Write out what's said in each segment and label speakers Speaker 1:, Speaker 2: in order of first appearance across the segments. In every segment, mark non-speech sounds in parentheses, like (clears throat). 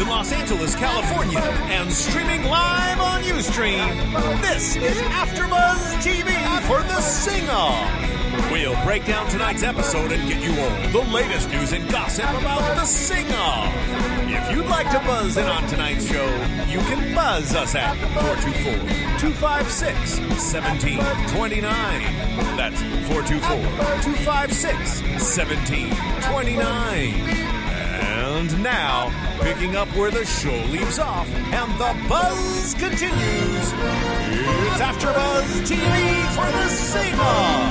Speaker 1: in Los Angeles, California, and streaming live on UStream. This is AfterBuzz TV for the sing-off. We'll break down tonight's episode and get you all the latest news and gossip about the sing-off. If you'd like to buzz in on tonight's show, you can buzz us at 424-256-1729. That's 424-256-1729. And now, picking up where the show leaves off and the buzz continues, it's AfterBuzz TV for the sing-off.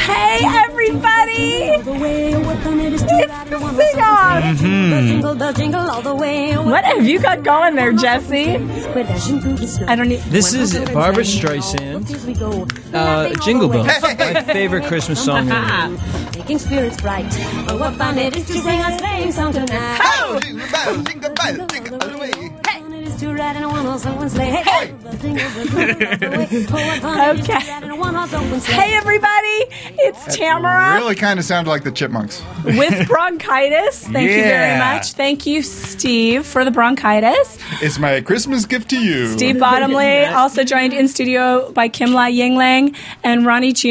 Speaker 2: Hey everybody! It's the sing off! What have you got going there, Jesse? I don't e-, need.
Speaker 3: This is Barbara Streisand, Uh, Jingle
Speaker 2: (laughs)
Speaker 3: Bells, my favorite Christmas song. ever.
Speaker 4: (laughs) Making spirits bright. Oh, what fun it is to sing a sleighing song tonight.
Speaker 5: Jingle bell, jingle bell, jingle all the way.
Speaker 2: Hey everybody! It's Tamara
Speaker 5: Really kind of sounded like the Chipmunks. (laughs)
Speaker 2: with bronchitis. Thank you very
Speaker 3: Yeah.
Speaker 2: much. Thank you, Steve, for the bronchitis.
Speaker 5: It's my Christmas gift to you.
Speaker 2: Steve
Speaker 5: (laughs)
Speaker 2: Bottomley, also joined in studio by Kim La Yingling and Ronnie Jr.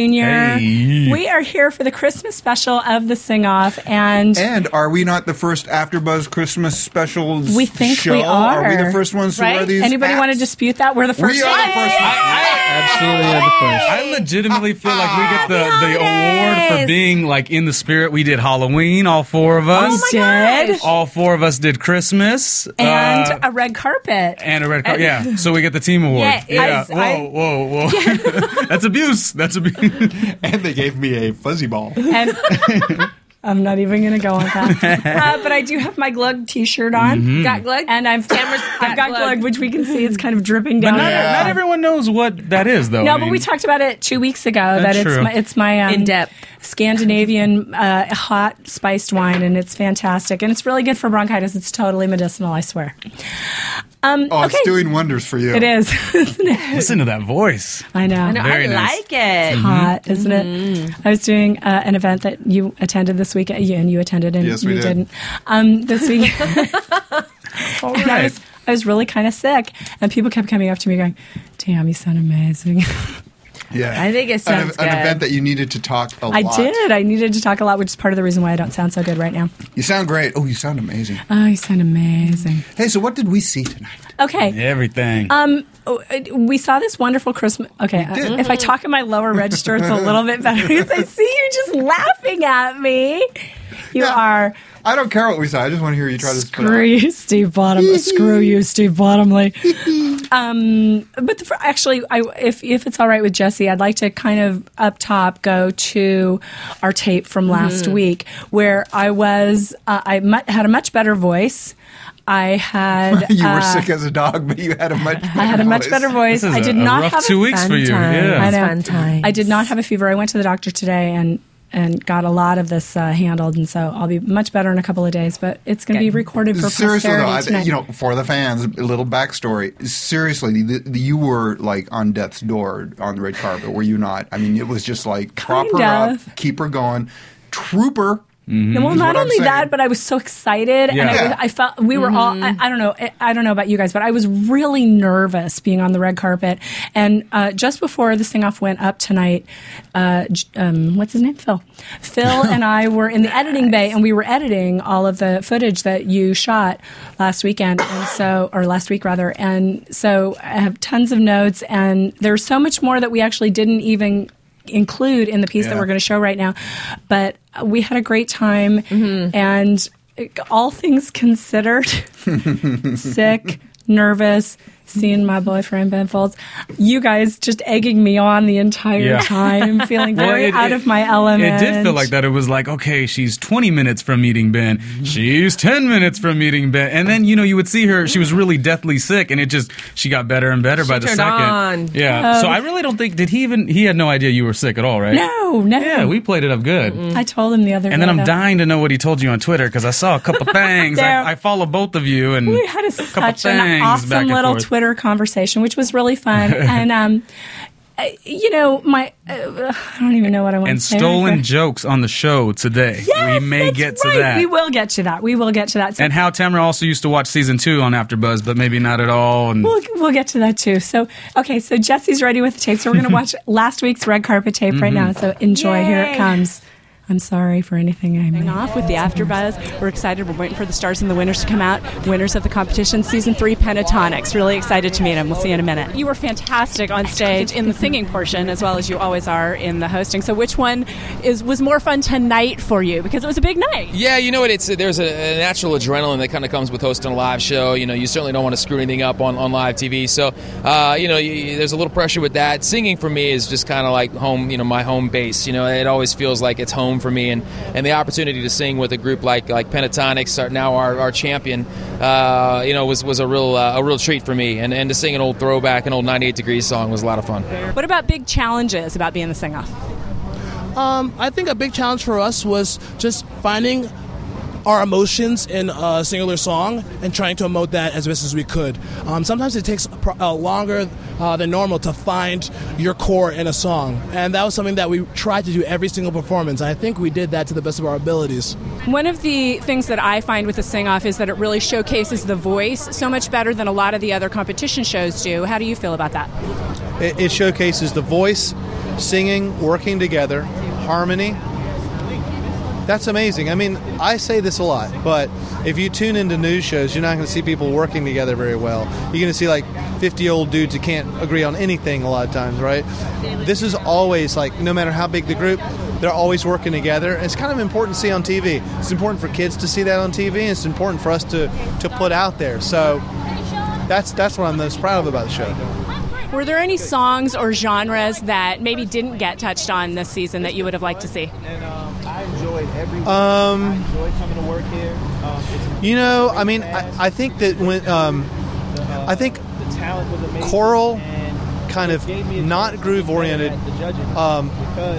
Speaker 5: Hey.
Speaker 2: We are here for the Christmas special of the sing off, and
Speaker 5: And are we not the first AfterBuzz Christmas special
Speaker 2: We think
Speaker 5: show?
Speaker 2: we are.
Speaker 5: we the first ones to wear
Speaker 2: right?
Speaker 5: these?
Speaker 2: Anybody want to
Speaker 5: hats?
Speaker 2: dispute that? We're the first.
Speaker 5: We are the
Speaker 2: ones.
Speaker 5: first.
Speaker 3: Absolutely are the first.
Speaker 6: I legitimately feel like we get the,
Speaker 2: Happy
Speaker 6: the award
Speaker 2: holidays! Oh
Speaker 6: for being like in the spirit. We did Halloween, all four of
Speaker 2: We
Speaker 6: us.
Speaker 2: did.
Speaker 6: all four of us did Christmas
Speaker 2: And
Speaker 6: uh,
Speaker 2: a red carpet.
Speaker 6: and a red card. Yeah, so we get the team award.
Speaker 2: Yeah, I-
Speaker 6: whoa,
Speaker 2: I-
Speaker 6: whoa, whoa, (laughs) That's abuse. That's abuse.
Speaker 5: (laughs) And they gave me a fuzzy ball.
Speaker 2: (laughs) And (laughs) I'm not even going to go on that. (laughs) Uh, but I do have my Glug T-shirt on.
Speaker 7: Got glug?
Speaker 2: And I've
Speaker 7: Tamara's
Speaker 2: I've
Speaker 7: got
Speaker 2: got glug.
Speaker 7: Glug.
Speaker 2: which we can see it's kind of dripping
Speaker 6: But
Speaker 2: down.
Speaker 6: not, e-
Speaker 5: Yeah.
Speaker 6: not everyone knows what that is, though. I
Speaker 2: No, but
Speaker 6: mean,
Speaker 2: we talked about it two weeks ago. That
Speaker 6: That's
Speaker 2: it's
Speaker 6: true.
Speaker 2: my, it's my um,
Speaker 7: In-depth.
Speaker 2: Scandinavian uh, hot spiced wine, and it's fantastic, and it's really good for bronchitis. It's totally medicinal, I swear. Um,
Speaker 5: Oh,
Speaker 2: okay,
Speaker 5: it's doing wonders for you.
Speaker 2: it is. (laughs) Isn't it?
Speaker 6: Listen to that voice.
Speaker 2: I know.
Speaker 7: I know,
Speaker 6: Very
Speaker 7: I
Speaker 6: nice.
Speaker 7: like it. Mm-hmm.
Speaker 2: Hot, isn't it? I was doing uh, an event that you attended this week, uh, you- and you attended, and
Speaker 5: Yes,
Speaker 2: you
Speaker 5: we did.
Speaker 2: not Um,
Speaker 5: (laughs)
Speaker 2: this week, (laughs)
Speaker 6: All
Speaker 2: and I
Speaker 6: right.
Speaker 2: was I was really kind of sick, and people kept coming up to me going, "Damn, you sound amazing." (laughs)
Speaker 5: Yeah.
Speaker 7: I think it
Speaker 5: An-
Speaker 7: sounds
Speaker 5: an,
Speaker 7: good.
Speaker 5: event that you needed to talk a
Speaker 2: I
Speaker 5: lot.
Speaker 2: did. I needed to talk a lot, which is part of the reason why I don't sound so good right now.
Speaker 5: You sound great. Oh, you sound amazing.
Speaker 2: Oh, you sound amazing.
Speaker 5: Hey, so what did we see tonight?
Speaker 2: Okay.
Speaker 6: Everything.
Speaker 2: Um, oh, uh, we saw this wonderful Christmas. Okay, uh,
Speaker 5: did.
Speaker 2: if I talk in my lower
Speaker 5: (laughs)
Speaker 2: register, it's a little bit better because I see you just laughing at me. You
Speaker 5: Yeah.
Speaker 2: are
Speaker 5: I don't care what we saw. I just want to hear you try to spit it out.
Speaker 2: screw you, Steve Bottomley. screw you, Steve Bottomley. um, but the, fir- actually, I, if if it's all right with Jesse, I'd like to kind of up top go to our tape from last
Speaker 5: Mm-hmm.
Speaker 2: week where I was uh, I mu- had a much better voice. I had
Speaker 5: (laughs) You were
Speaker 2: uh,
Speaker 5: sick as a dog, but you had a much better
Speaker 2: I had a much better voice.
Speaker 6: This is
Speaker 2: I did
Speaker 6: a- a
Speaker 2: not
Speaker 6: rough
Speaker 2: have
Speaker 6: two
Speaker 2: a
Speaker 6: weeks
Speaker 2: fun
Speaker 6: for you.
Speaker 2: Time.
Speaker 6: Yeah.
Speaker 2: I know.
Speaker 7: Fun times.
Speaker 2: I did not have a fever. I went to the doctor today and and got a lot of this uh, handled, and so I'll be much better in a couple of days. But it's going to be recorded for
Speaker 5: Seriously, though,
Speaker 2: posterity
Speaker 5: I,
Speaker 2: tonight.
Speaker 5: you know, for the fans, a little backstory. Seriously, the, the, you were like on death's door on the red carpet, were you not? I mean, it was just like prop
Speaker 2: Kind
Speaker 5: her
Speaker 2: of.
Speaker 5: up, keep her going, trooper.
Speaker 2: No, well,
Speaker 5: Mm-hmm. is
Speaker 2: not
Speaker 5: what I'm
Speaker 2: only that,
Speaker 5: saying.
Speaker 2: but I was so excited, and
Speaker 6: Yeah.
Speaker 2: I, was-
Speaker 5: Yeah.
Speaker 2: I felt we were all. I, I don't know. eh, I, I don't know about you guys, but I was really nervous being on the red carpet. And uh, just before this thing off went up tonight, uh, J- um, what's his name, Phil?
Speaker 5: (laughs)
Speaker 2: Phil and I were in the editing bay, and we were editing all of the footage that you shot last weekend, and so or last week rather. And so I have tons of notes, and there's so much more that we actually didn't even include in the piece that
Speaker 5: Yeah.
Speaker 2: we're going to show right now. But uh, we had a great time,
Speaker 6: (laughs)
Speaker 5: (laughs)
Speaker 2: and uh, all things considered, sick, nervous, seeing my boyfriend Ben Folds. You guys just egging me on the entire
Speaker 6: Yeah. (laughs)
Speaker 2: time, feeling
Speaker 6: Well,
Speaker 2: very
Speaker 6: it-
Speaker 2: out
Speaker 6: it-
Speaker 2: of my element.
Speaker 6: It did feel like that. It was like, okay, she's 20 minutes from meeting Ben. She's 10 minutes from meeting Ben. And then, you know, you would see her, she was really deathly sick, and it just, she got better and better by the
Speaker 7: turned
Speaker 6: second.
Speaker 7: on. Um,
Speaker 6: Yeah. so I really don't think, did he even, he had no idea you were sick at all, right?
Speaker 2: No, no.
Speaker 6: Yeah, we played it up good.
Speaker 2: I told him the other uh,
Speaker 6: And then
Speaker 2: day
Speaker 6: I'm
Speaker 2: that-
Speaker 6: dying to know what he told you on Twitter because I saw
Speaker 2: (laughs)
Speaker 6: a couple things.
Speaker 2: There-
Speaker 6: I, I follow both of you, and
Speaker 2: We had a,
Speaker 6: couple
Speaker 2: such an
Speaker 6: things back
Speaker 2: awesome
Speaker 6: and
Speaker 2: little
Speaker 6: forth.
Speaker 2: Twitter conversation, which was really
Speaker 6: (laughs)
Speaker 2: fun. and um, I- you know, my uh, I don't even know what I want
Speaker 6: and
Speaker 2: to say.
Speaker 6: stolen jokes on the show today.
Speaker 2: Yes,
Speaker 6: we may
Speaker 2: that's
Speaker 6: get
Speaker 2: right.
Speaker 6: to that.
Speaker 2: We will get to that. We will get to that. So
Speaker 6: And how Tamara also used to watch season two on AfterBuzz, but maybe not at all. And
Speaker 2: We'll, we'll get to that too. So, okay, so Jesse's ready with the tape. So, we're
Speaker 6: (laughs)
Speaker 2: going to watch last week's red carpet tape right now.
Speaker 6: Mm-hmm.
Speaker 2: So, enjoy. Here it
Speaker 7: Yay.
Speaker 2: comes. I'm sorry for anything I made.
Speaker 8: off with the after buzz. We're excited. We're waiting for the stars and the winners to come out. Winners of the competition, season three, Pentatonics. Really excited to meet them. We'll see you in a minute. You were fantastic on stage in the singing portion as well as you always are in the hosting. So which one is was more fun tonight for you? Because it was a big night.
Speaker 9: Yeah, you know what? It's there's a, a natural adrenaline that kind of comes with hosting a live show. You know, you certainly don't want to screw anything up on, on live TV. So, uh, you know, you, there's a little pressure with that. Singing for me is just kind of like home. You know, my home base. You know, it always feels like it's home for me, and, and the opportunity to sing with a group like like Pentatonics, are now our, our champion. Uh, you know, was was a real uh, a real treat for me, and and to sing an old throwback, an old 98 degrees song was a lot of fun.
Speaker 8: What about big challenges about being the sing-off?
Speaker 10: Um, I think a big challenge for us was just finding our emotions in a singular song and trying to emote that as best as we could. Um, sometimes it takes pro- uh, longer uh, than normal to find your core in a song, and that was something that we tried to do every single performance. And I think we did that to the best of our abilities.
Speaker 8: One of the things that I find with the sing off is that it really showcases the voice so much better than a lot of the other competition shows do. How do you feel about that?
Speaker 11: It, it showcases the voice, singing, working together, harmony. That's amazing. I mean, I say this a lot, but if you tune into news shows, you're not going to see people working together very well. You're going to see like 50 old dudes who can't agree on anything a lot of times, right? This is always like, no matter how big the group, they're always working together. It's kind of important to see on TV. It's important for kids to see that on TV, and it's important for us to, to put out there. So that's, that's what I'm most proud of about the show.
Speaker 8: Were there any songs or genres that maybe didn't get touched on this season that you would have liked to see?
Speaker 11: Um, you know, I mean, I, I think that when um, I think choral kind of not groove oriented um,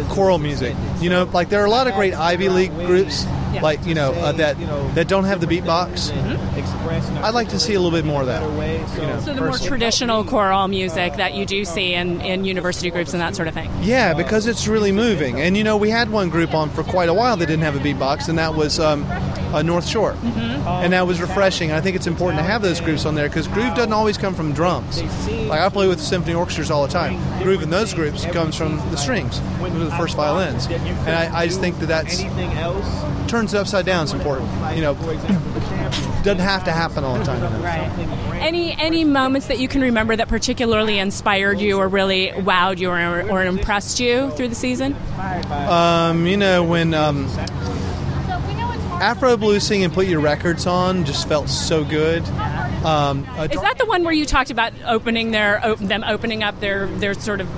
Speaker 11: choral music. You know, like there are a lot of great Ivy League groups, like you know uh, that that don't have the beatbox. I'd like to see a little bit more of that. You know,
Speaker 8: Mm-hmm. So the more
Speaker 11: personally.
Speaker 8: traditional choral music that you do see in, in university groups and that sort of thing.
Speaker 11: Yeah, because it's really moving. And you know, we had one group on for quite a while that didn't have a beatbox, and that was um, uh, North Shore. And that was refreshing. And I think it's important to have those groups on there because groove doesn't always come from drums. Like I play with symphony orchestras all the time. Groove in those groups comes from the strings, those are the first violins. And I, I just think that that's turns it upside down is important. You know, doesn't have to happen all the time.
Speaker 8: Any any moments that you can remember that particularly inspired you or really wowed you or, or impressed you through the season?
Speaker 11: Um, you know, when um, Afro Blue Sing and Put Your Records On just felt so good. Um, a
Speaker 8: Is that the one where you talked about opening their op- them opening up their their sort of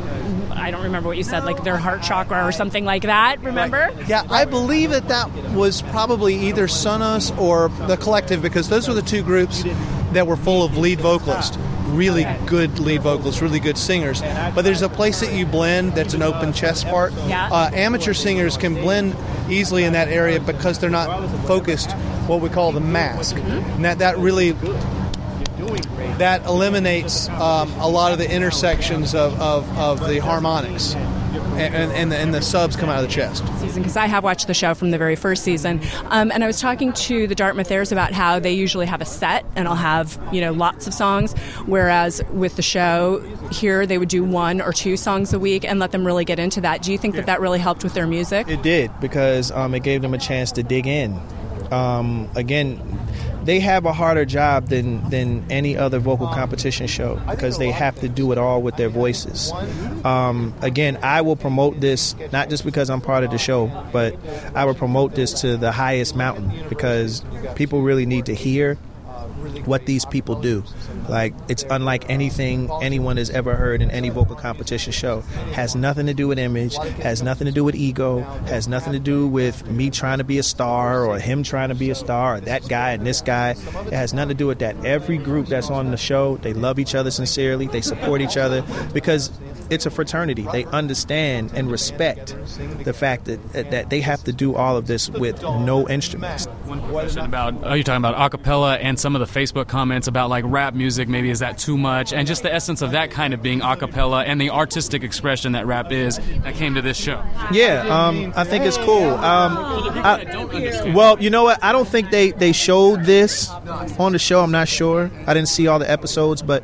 Speaker 8: I don't remember what you said like their heart chakra or something like that? Remember?
Speaker 11: Yeah, I believe that that was probably either Sonos or The Collective because those were the two groups that were full of lead vocalists. Really good lead vocalists, really good singers. But there's a place that you blend that's an open chest part.
Speaker 8: Yeah.
Speaker 11: Uh, amateur singers can blend easily in that area because they're not focused, what we call the mask.
Speaker 8: Mm-hmm.
Speaker 11: And that, that really that eliminates um, a lot of the intersections of, of, of the harmonics and, and, and, the, and the subs come out of the chest.
Speaker 8: season because I have watched the show from the very first season. Um, and I was talking to the Dartmouth Airs about how they usually have a set and I'll have, you know, lots of songs. Whereas with the show here, they would do one or two songs a week and let them really get into that. Do you think that that really helped
Speaker 12: (laughs)
Speaker 8: with their music?
Speaker 12: It did because um, it gave them a chance to dig in. Um, again, they have a harder job than than any other vocal competition show because they have to do it all with their voices. Um, again, I will promote this not just because I'm part of the show, but I will promote this to the highest mountain because people really need to hear what these people do. Like it's unlike anything anyone has ever heard in any vocal competition show. Has nothing to do with image, has nothing to do with ego, has nothing to do with me trying to be a star or him trying to be a star or that guy and this guy. It has nothing to do with that. Every group that's on the show, they love each other sincerely, they support each other because it's a fraternity. They understand and respect the fact that that they have to do all of this with no instruments.
Speaker 7: Question about are you talking about acapella and some of the Facebook comments about like rap music? Maybe is that too much? And just the essence of that kind of being acapella and the artistic expression that rap is that came to this show.
Speaker 12: Yeah, um, I think it's cool. Um, I- well, you know what? I don't think they, they showed this on the show. I'm not sure. I didn't see all the episodes, but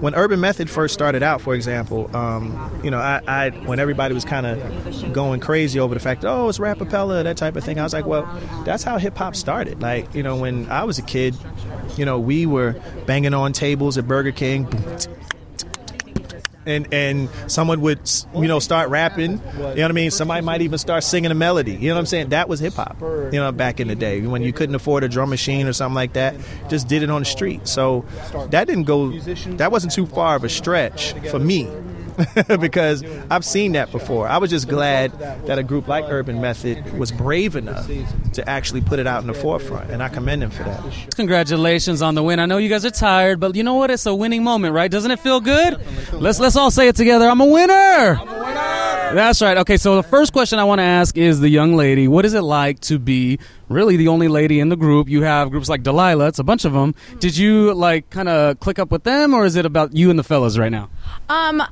Speaker 12: when Urban Method first started out, for example, um, you know, I, I when everybody was kind of going crazy over the fact, oh, it's rapapella, that type of thing. I was like, well, that's how hip hop started. Like, you know, when I was a kid, you know, we were banging on tables at Burger King. boom, t- and and someone would you know start rapping. You know what I mean? Somebody might even start singing a melody. You know what I'm saying? That was hip hop. You know, back in the day when you couldn't afford a drum machine or something like that, just did it on the street. So that didn't go. That wasn't too far of a stretch for me. (laughs) because I've seen that before. I was just glad that a group like Urban Method was brave enough to actually put it out in the forefront, and I commend them for that.
Speaker 7: Congratulations on the win. I know you guys are tired, but you know what? It's a winning moment, right? Doesn't it feel good? Let's let's all say it together. I'm a winner. I'm a winner. That's right. Okay, so the first question I want to ask is the young lady. What is it like to be really the only lady in the group? You have groups like Delilah. It's a bunch of them. Did you like kind of click up with them, or is it about you and the fellas right now?
Speaker 13: Um,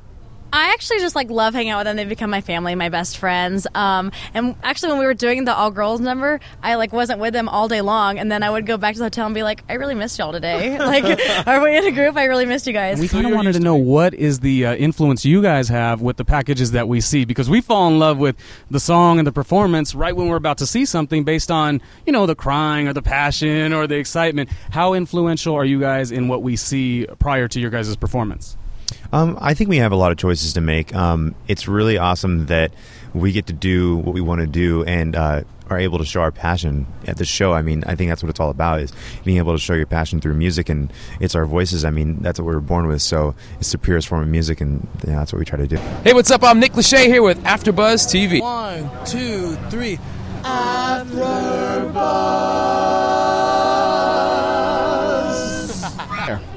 Speaker 13: I actually just like love hanging out with them. They become my family, my best friends. Um, and actually, when we were doing the all girls number, I like wasn't with them all day long, and then I would go back to the hotel and be like, "I really missed y'all today. (laughs) Like, are we in a group? I really missed you guys."
Speaker 7: And we kind of
Speaker 6: (laughs)
Speaker 7: wanted to know what is the uh, influence you guys have with the packages that we see because we fall in love with the song and the performance right when we're about to see something based on you know the crying or the passion or the excitement. How influential are you guys in what we see prior to your guys' performance?
Speaker 14: Um, I think we have a lot of choices to make. Um, it's really awesome that we get to do what we want to do and uh, are able to show our passion at the show. I mean, I think that's what it's all about is being able to show your passion through music, and it's our voices. I mean, that's what we were born with, so it's the purest form of music, and yeah, that's what we try to do.
Speaker 9: Hey, what's up? I'm Nick Lachey here with AfterBuzz TV.
Speaker 10: One, two, three.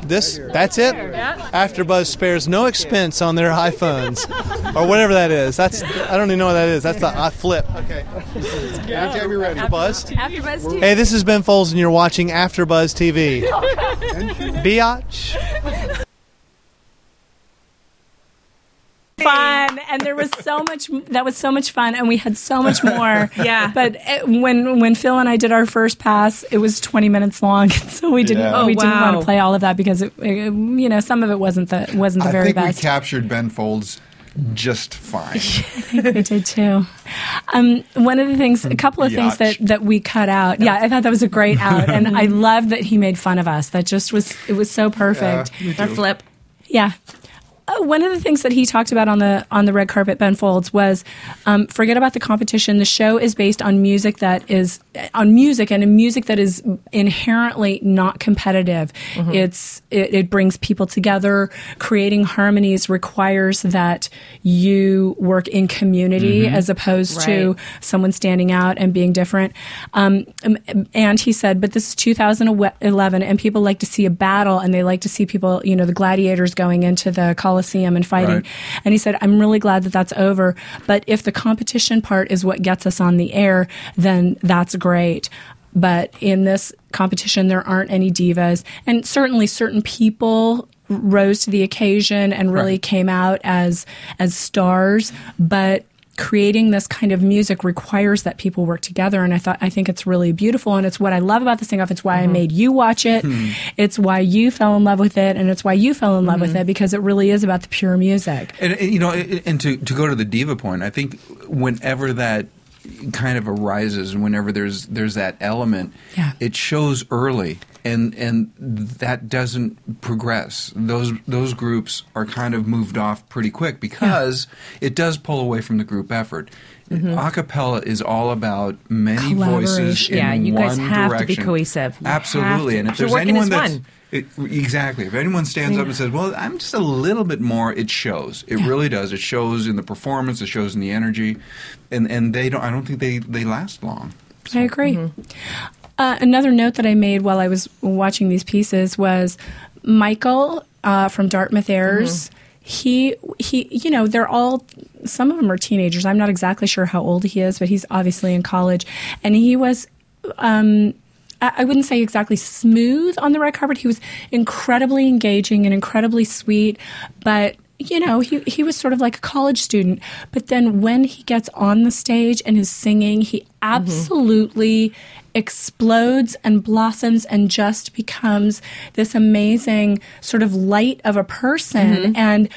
Speaker 11: This that's it. AfterBuzz spares no expense on their iPhones or whatever that is. That's I don't even know what that is. That's the I flip. Okay.
Speaker 5: Okay, we ready.
Speaker 11: Buzz?
Speaker 5: After Buzz TV.
Speaker 11: Hey, this is Ben Foles, and you're watching AfterBuzz TV. Biatch.
Speaker 2: fun and there was so much that was so much fun and we had so
Speaker 5: (laughs)
Speaker 2: much more yeah but it, when when phil and i did our first pass it was 20 minutes long (laughs) so we didn't
Speaker 5: Yeah. Oh,
Speaker 2: we didn't want
Speaker 5: wow.
Speaker 2: to play all of that because it, it- you know some of it wasn't the wasn't the
Speaker 5: I
Speaker 2: very
Speaker 5: think
Speaker 2: best
Speaker 5: we captured Ben Folds just fine.
Speaker 2: (laughs) I think we did too. Um, one of the things, a couple of things that, that we cut out. Yeah, I thought that was a great out, and I
Speaker 5: Mm-hmm.
Speaker 2: love that he made fun of us. That just was it was so perfect.
Speaker 5: Yeah, me Our too.
Speaker 2: flip. Yeah. Uh, one of the things that he talked about on the on the red carpet, Ben Folds, was um, forget about the competition. The show is based on music that is on music and a music that is inherently not competitive.
Speaker 4: Mhm.
Speaker 2: It's it, it brings people together. Creating harmonies requires that you work in community
Speaker 4: Mhm.
Speaker 2: as opposed
Speaker 4: Right.
Speaker 2: to someone standing out and being different. Um, um, and he said, but this is 2011, and people like to see a battle, and they like to see people, you know, the gladiators going into the Coliseum and fighting.
Speaker 4: Right.
Speaker 2: And he said, I'm really glad that that's over. But if the competition part is what gets us on the air, then that's great. But in this competition, there aren't any divas. And certainly, certain people rose to the occasion and really came out as as stars but creating this kind of music requires that people work together and i thought i think it's really beautiful and it's what i love about the sing off it's why i made you watch it
Speaker 4: Hmm.
Speaker 2: it's why you fell in love with it and it's why you fell in love with it because it really is about the pure music
Speaker 5: And, and, you know, and and to, to go to the diva point, I think whenever that kind of arises, whenever there's there's that element, it shows early, and and that doesn't progress. Those those groups are kind of moved off pretty quick because it does pull away from the group effort.
Speaker 15: Mhm.
Speaker 5: Acapella is all about many voices.
Speaker 15: Collaboration.
Speaker 5: in
Speaker 15: Yeah, you guys
Speaker 5: one
Speaker 15: have to be
Speaker 5: direction.
Speaker 15: cohesive. You have
Speaker 5: Absolutely,
Speaker 15: to-
Speaker 5: and if
Speaker 15: You're
Speaker 5: there's
Speaker 15: working
Speaker 5: anyone
Speaker 15: as
Speaker 5: that's
Speaker 15: one.
Speaker 5: It, exactly. If anyone stands up and says, "Well, I'm just a little bit more," it shows. It really does. It shows in the performance. It shows in the energy, and and they don't. I don't think they they last long.
Speaker 2: I agree. Uh, another note that I made while I was watching these pieces was Michael uh, from Dartmouth Airs. He he, you know, they're all. Some of them are teenagers. I'm not exactly sure how old he is, but he's obviously in college, and he was. Um, I I wouldn't say exactly smooth on the red carpet. He was incredibly engaging and incredibly sweet, but you know, he, he was sort of like a college student. But then when he gets on the stage and is singing, he absolutely explodes and blossoms and just becomes this amazing sort of light of a person.
Speaker 6: Mm-hmm.
Speaker 2: And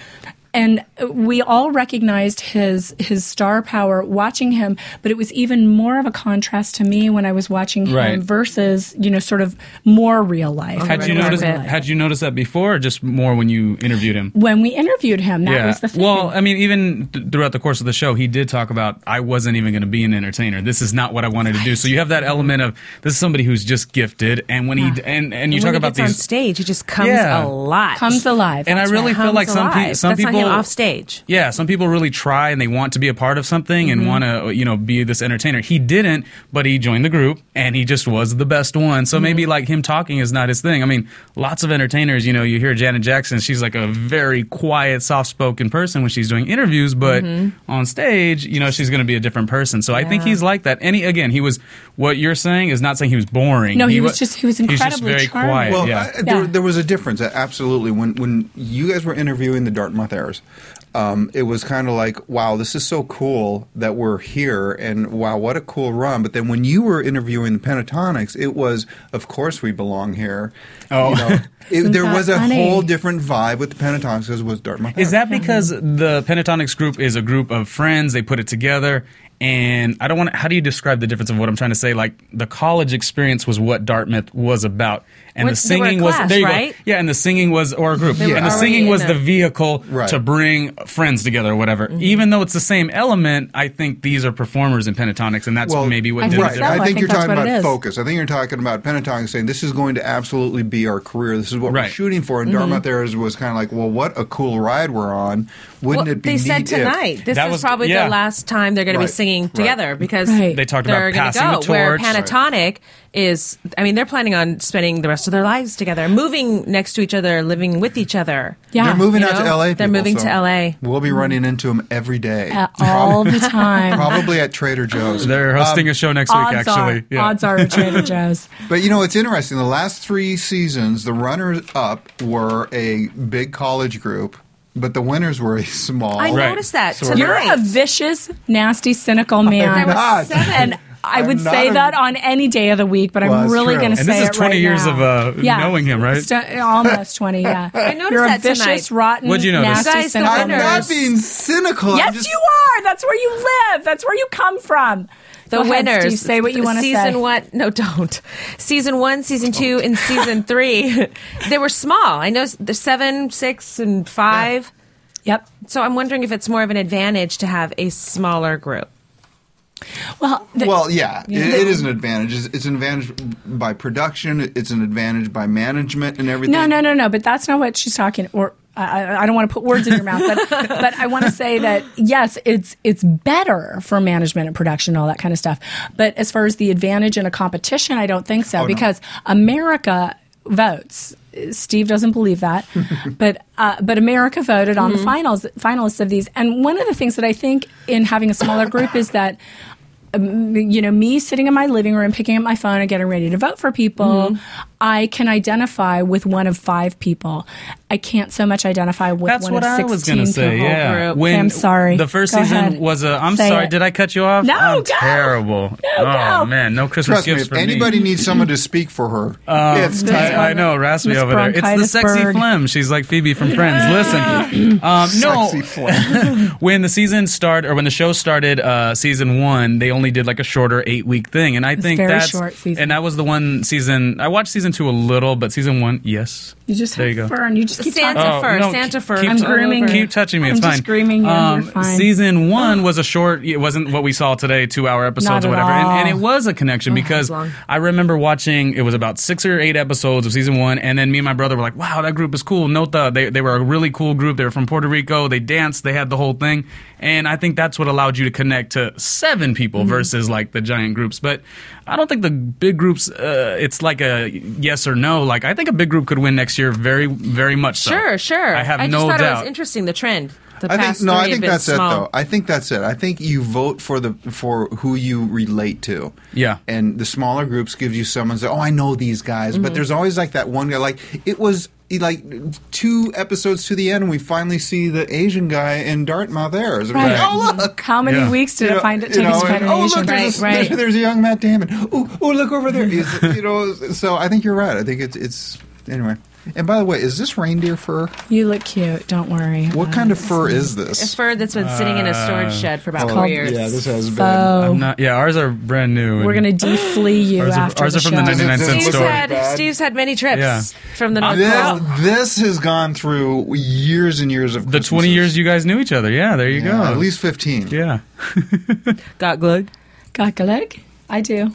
Speaker 2: and we all recognized his his star power watching him, but it was even more of a contrast to me when I was watching him
Speaker 6: Right.
Speaker 2: versus, you know, sort of more real life.
Speaker 6: Had you
Speaker 2: Red
Speaker 6: noticed?
Speaker 2: carpet.
Speaker 6: Had you noticed that before, or just more when you interviewed him?
Speaker 2: when we interviewed him, that
Speaker 6: yeah.
Speaker 2: was the thing.
Speaker 6: Well, I mean, even th- throughout the course of the show, he did talk about I wasn't even going to be an entertainer. This is not what I wanted to do. So you have that element of this is somebody who's just gifted, and when he and and you
Speaker 15: when
Speaker 6: talk
Speaker 15: he
Speaker 6: about
Speaker 15: gets on
Speaker 6: these
Speaker 15: stage, he just comes
Speaker 6: Yeah.
Speaker 15: alive.
Speaker 6: Comes
Speaker 2: alive.
Speaker 6: And I really feel like some pe- some
Speaker 15: That's not
Speaker 6: people-
Speaker 15: him off stage.
Speaker 6: Yeah, some people really try and they want to be a part of something and
Speaker 2: Mm-hmm.
Speaker 15: Mhm.
Speaker 6: want to, you know, be this entertainer. He didn't, but he joined the group and he just was the best one. So
Speaker 2: Mm-hmm.
Speaker 6: maybe like him talking is not his thing. I mean, lots of entertainers, you know, you hear Janet Jackson, she's like a very quiet, soft spoken person when she's doing interviews, but
Speaker 15: Mhm.
Speaker 2: Mm-hmm.
Speaker 6: on stage, you know, she's going to be a different person. So I think
Speaker 15: Yeah.
Speaker 6: he's like that. And he, again, he was, what you're saying is not saying he was boring.
Speaker 2: No, he
Speaker 6: wa-
Speaker 2: was just- he was
Speaker 6: he's
Speaker 2: incredibly
Speaker 6: just very
Speaker 2: charming.
Speaker 6: quiet.
Speaker 5: Well,
Speaker 6: yeah.
Speaker 5: I- there, there was a difference, uh, absolutely. When when you guys were interviewing the Dartmouth Airs, um, it was kind of like, wow, this is so cool that we're here, and wow, what a cool run. But then when you were interviewing the Pentatonics, it was, of course, we belong here. Oh,
Speaker 6: Isn't
Speaker 5: there
Speaker 6: that
Speaker 5: was a
Speaker 6: funny?
Speaker 5: whole different vibe with the Pentatonics as was Dartmouth.
Speaker 6: Is that because the Pentatonics group is a group of friends? They put it together, and I don't want. to How do you describe the difference of what I'm trying to say? Like the college experience was what Dartmouth was about, and
Speaker 15: Which-
Speaker 6: the
Speaker 15: they were a
Speaker 6: singing
Speaker 15: class,
Speaker 6: was there. You
Speaker 15: right?
Speaker 6: go. Yeah, and the singing was or a group,
Speaker 15: They were
Speaker 6: and the
Speaker 15: already
Speaker 6: singing
Speaker 15: in
Speaker 6: was
Speaker 15: it.
Speaker 6: the vehicle
Speaker 15: Right.
Speaker 6: to bring friends together or whatever.
Speaker 15: Mm-hmm.
Speaker 6: Even though it's the same element, I think these are performers in Pentatonics, and that's maybe what did it.
Speaker 5: right. I think you're
Speaker 6: that's
Speaker 5: talking
Speaker 6: what it
Speaker 5: about
Speaker 6: is.
Speaker 5: focus. I think you're talking about Pentatonic saying this is going to absolutely be our career. This is what we're shooting for. And
Speaker 15: Mhm.
Speaker 5: Dartmouth Airs was kind of like, well, what a cool ride we're on. Wouldn't
Speaker 15: Well,
Speaker 5: it be?
Speaker 15: they said
Speaker 5: neat if-
Speaker 15: tonight this is probably the last time they're going to
Speaker 5: Right,
Speaker 15: be singing
Speaker 5: right.
Speaker 15: together because
Speaker 5: Right. They talked about
Speaker 15: they're gonna
Speaker 5: passing
Speaker 15: go,
Speaker 5: the
Speaker 15: Where
Speaker 5: torch.
Speaker 15: Pentatonic is, I mean, they're planning on spending the rest of their lives together, moving next to each other, living with each other.
Speaker 5: They're moving
Speaker 15: You
Speaker 5: out to
Speaker 15: know?
Speaker 5: LA.
Speaker 15: They're
Speaker 5: people,
Speaker 15: moving
Speaker 5: so
Speaker 15: to Mm-hmm. LA.
Speaker 5: We'll be running into them every day.
Speaker 15: Uh, all
Speaker 5: Prob-
Speaker 15: the time.
Speaker 5: Probably at Trader Joe's. Um,
Speaker 6: They're hosting a show next week, Odds are- actually. Yeah. odds are (laughs)
Speaker 2: Trader Joe's.
Speaker 5: But you know, it's interesting. The last three seasons, the runners up were a big college group, but the winners were a small.
Speaker 2: I noticed that
Speaker 5: sort of-
Speaker 2: You're a vicious, nasty, cynical man.
Speaker 5: I'm There were not.
Speaker 2: And I
Speaker 5: I'm
Speaker 2: would
Speaker 5: not
Speaker 2: say
Speaker 5: a-
Speaker 2: that on any day of the week, but
Speaker 6: Well,
Speaker 2: I'm
Speaker 6: that's
Speaker 2: really
Speaker 6: true.
Speaker 2: going to
Speaker 6: And
Speaker 2: say
Speaker 6: this is
Speaker 2: it
Speaker 6: 20
Speaker 2: right
Speaker 6: years
Speaker 2: now.
Speaker 6: of, uh,
Speaker 2: Yeah.
Speaker 6: knowing him, right?
Speaker 2: St- almost 20,
Speaker 15: (laughs)
Speaker 2: yeah.
Speaker 15: I noticed
Speaker 2: You're a
Speaker 15: that tonight.
Speaker 2: vicious, rotten,
Speaker 6: What'd you notice?
Speaker 2: nasty,
Speaker 6: You guys, the
Speaker 2: cynical
Speaker 6: I'm not
Speaker 2: nurse.
Speaker 5: being cynical. I'm
Speaker 2: Yes,
Speaker 5: just-
Speaker 2: you are. That's where you live. That's where you come from.
Speaker 15: The
Speaker 2: Go ahead,
Speaker 15: winners.
Speaker 2: Steve, say what you want to say.
Speaker 15: Season one. No, don't. Season one, season two, and
Speaker 6: (laughs)
Speaker 15: season three. they were small. I know s- the seven, six, and five.
Speaker 2: Yep.
Speaker 15: So I'm wondering if it's more of an advantage to have a smaller
Speaker 6: (laughs)
Speaker 15: group.
Speaker 2: Well,
Speaker 5: well, yeah, it, it is an advantage. It's, it's an advantage by production. It's an advantage by management and everything.
Speaker 2: No, no, no, no. But that's not what she's talking. Or I, I- I don't want to put words in your mouth, but but I want to say that yes, it's it's better for management and production and all that kind of stuff. But as far as the advantage in a competition, I don't think so
Speaker 4: no.
Speaker 2: because America votes. Steve doesn't believe that,
Speaker 15: Hmm.
Speaker 2: but uh, but America voted on the
Speaker 6: Mm-hmm.
Speaker 4: Mhm.
Speaker 2: finals finalists of these. And one of the things that I think in having a smaller group is that um, you know, me sitting in my living room, picking up my phone and getting ready to vote for people,
Speaker 6: Mm-hmm.
Speaker 2: I can identify with one of five people. I can't so much identify with
Speaker 6: That's
Speaker 2: one
Speaker 6: what
Speaker 2: of
Speaker 6: I
Speaker 2: 16
Speaker 6: was going to say.
Speaker 2: people.
Speaker 6: Yeah,
Speaker 2: Okay, I'm sorry.
Speaker 6: The first
Speaker 2: Go
Speaker 6: season
Speaker 2: ahead.
Speaker 6: was a. I'm
Speaker 2: Say
Speaker 6: sorry.
Speaker 2: it.
Speaker 6: Did I cut you off?
Speaker 2: No,
Speaker 6: I'm
Speaker 2: go.
Speaker 6: terrible. oh man, no Christmas
Speaker 5: Trust me,
Speaker 6: gifts
Speaker 5: if
Speaker 6: for me.
Speaker 5: anybody needs someone to speak for her,
Speaker 6: (laughs) Um,
Speaker 5: it's time.
Speaker 6: I, I know, Raspy
Speaker 5: Miss
Speaker 6: over there. It's the
Speaker 5: Bronchitis
Speaker 6: sexy
Speaker 5: Berg.
Speaker 6: phlegm. She's like Phoebe from Friends. Listen, (clears throat) um, no.
Speaker 5: Sexy phlegm.
Speaker 6: when the season started, or when the show started, uh, season one, they only only did like a shorter eight week thing, and I
Speaker 2: was
Speaker 6: think
Speaker 2: very
Speaker 6: that's
Speaker 2: short season.
Speaker 6: and that was the one season I watched season two a little, but season one, yes,
Speaker 2: You just
Speaker 6: there
Speaker 2: have
Speaker 6: you go.
Speaker 2: fur and you just keep
Speaker 15: Santa
Speaker 2: talking.
Speaker 6: Oh, fur, no,
Speaker 15: Santa
Speaker 6: keep-
Speaker 15: fur.
Speaker 6: keep-
Speaker 2: I'm grooming you.
Speaker 6: Keep touching me.
Speaker 2: I'm
Speaker 6: It's fine. Um,
Speaker 2: Just grooming you. you're fine. Oh.
Speaker 6: Season one was a short. It wasn't what we saw today, two hour
Speaker 2: Not
Speaker 6: episodes
Speaker 2: at
Speaker 6: or whatever.
Speaker 2: all. Oh,
Speaker 6: And, and it was a connection because I remember watching. It was about six or eight episodes of season one, and then me and my brother were like, "Wow, that group is cool." Nota. They they were a really cool group. They were from Puerto Rico. They danced. They had the whole thing. And I think that's what allowed you to connect to seven people
Speaker 2: Mm-hmm.
Speaker 16: Mhm.
Speaker 6: versus like the giant groups. But I don't think the big groups. Uh, it's like a yes or no. Like I think a big group could win next year. Very very much. so.
Speaker 15: Sure, sure.
Speaker 6: I have
Speaker 15: just
Speaker 6: no
Speaker 15: thought it
Speaker 6: doubt.
Speaker 15: was interesting the trend. The
Speaker 5: I
Speaker 15: past
Speaker 5: think, no,
Speaker 15: three
Speaker 5: I
Speaker 15: have
Speaker 5: think
Speaker 15: been
Speaker 5: that's
Speaker 15: small.
Speaker 5: it though. I think that's it. I think you vote for the for who you relate to.
Speaker 6: Yeah.
Speaker 5: And the smaller groups gives you someone say, "Oh, I know these guys," but
Speaker 2: Mm-hmm.
Speaker 6: Mhm.
Speaker 5: there's always like that one guy. Like it was like two episodes to the end, we finally see the Asian guy in Dartmouth Airs. It was
Speaker 2: Right.
Speaker 5: like, oh, look.
Speaker 2: How many
Speaker 5: Yeah.
Speaker 2: weeks did
Speaker 5: You
Speaker 2: it
Speaker 5: know,
Speaker 2: find it
Speaker 5: you
Speaker 2: take us to
Speaker 5: know,
Speaker 2: find
Speaker 5: and,
Speaker 2: an
Speaker 5: oh,
Speaker 2: Asian?
Speaker 5: look, there's,
Speaker 2: right,
Speaker 5: a, (laughs)
Speaker 2: right.
Speaker 5: there's a young Matt Damon. Oh, oh, look over there. He's- you know, so I think you're right. I think it's it's anyway. And by the way, is this reindeer fur?
Speaker 2: You look cute. Don't worry. Uh,
Speaker 5: What kind of fur is
Speaker 15: A
Speaker 5: this?
Speaker 15: fur that's been sitting in a storage
Speaker 6: Uh,
Speaker 15: shed for about
Speaker 6: It's
Speaker 15: four
Speaker 6: called-
Speaker 15: years.
Speaker 6: yeah, this
Speaker 5: has
Speaker 15: been- Oh.
Speaker 6: I'm not- yeah, ours are brand new. and-
Speaker 15: We're gonna deflea you
Speaker 6: ours are,
Speaker 15: after
Speaker 6: ours
Speaker 15: the
Speaker 6: are from the
Speaker 15: show.
Speaker 6: 99 cent
Speaker 15: Steve's
Speaker 6: store.
Speaker 15: had, Steve's had many trips
Speaker 6: Yeah.
Speaker 15: from the North Pole.
Speaker 5: this, this has gone through years and years of
Speaker 6: The 20 years you guys knew each other. Yeah, there you
Speaker 5: Yeah,
Speaker 6: go.
Speaker 5: at least 15.
Speaker 6: Yeah.
Speaker 15: Got glug?
Speaker 2: Got glug? I do.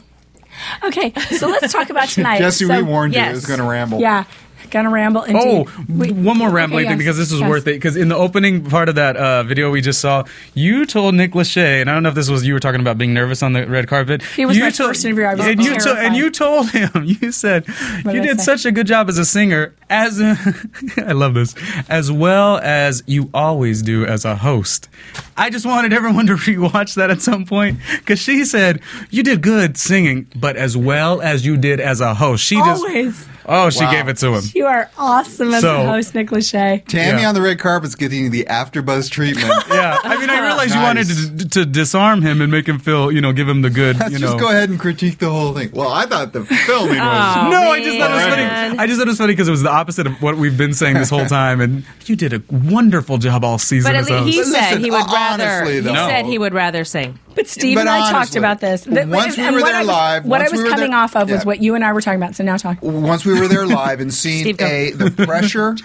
Speaker 2: Okay, so let's talk about tonight.
Speaker 5: (laughs) Jesse,
Speaker 2: so,
Speaker 5: we warned you it was gonna ramble.
Speaker 2: Yeah, gonna ramble. Indeed.
Speaker 6: Oh,
Speaker 2: We-
Speaker 6: one more rambling
Speaker 2: Okay,
Speaker 6: thing
Speaker 2: yes,
Speaker 6: because this was
Speaker 2: yes.
Speaker 6: worth it. Because in the opening part of that uh, video we just saw, you told Nick Lachey, and I don't know if this was you were talking about being nervous on the red carpet.
Speaker 2: He was
Speaker 6: you
Speaker 2: my
Speaker 6: told-
Speaker 2: first interview. I was
Speaker 6: and you, to-
Speaker 2: terrified.
Speaker 6: and you told him, (laughs) you said,
Speaker 2: What
Speaker 6: you
Speaker 2: did I
Speaker 6: did
Speaker 2: say?
Speaker 6: such a good job as a singer, as (laughs) I love this, as well as you always do as a host. I just wanted everyone to (laughs) rewatch that at some point because she said you did good singing, but as well as you did as a host. She
Speaker 2: Always.
Speaker 6: just oh, she
Speaker 5: Wow.
Speaker 6: gave it to him.
Speaker 2: You are awesome as
Speaker 6: So-
Speaker 2: a host, Nick Lachey.
Speaker 5: Tammy on the red carpet's getting the afterbuzz treatment.
Speaker 6: (laughs) yeah, I mean, I
Speaker 15: (laughs)
Speaker 6: realize you wanted to, to disarm him and make him feel, you know, give him the good.
Speaker 5: Let's
Speaker 6: you know.
Speaker 5: just go ahead and critique the whole thing. Well, I thought the filming was.
Speaker 6: no, Oh, I just thought it was funny. I just thought it was funny because it was the opposite of what we've been saying
Speaker 15: (laughs)
Speaker 6: this whole time, and you did a wonderful job all season.
Speaker 15: But at
Speaker 6: as
Speaker 15: least
Speaker 6: host.
Speaker 15: he said he would rather. he
Speaker 6: though-
Speaker 15: said
Speaker 6: No.
Speaker 15: he would rather sing.
Speaker 2: But Steve
Speaker 15: But
Speaker 2: and I talked
Speaker 15: honestly,
Speaker 2: about this. Th-
Speaker 5: once we
Speaker 2: and
Speaker 5: were
Speaker 2: what
Speaker 5: there
Speaker 2: I was-
Speaker 5: live,
Speaker 2: what I
Speaker 5: once
Speaker 2: was
Speaker 5: we were
Speaker 2: coming
Speaker 5: there-
Speaker 2: off of was
Speaker 5: yeah.
Speaker 2: what you and I were talking about. So now talk.
Speaker 5: Once we were there live and seen
Speaker 2: Steve, go.
Speaker 5: a the pressure,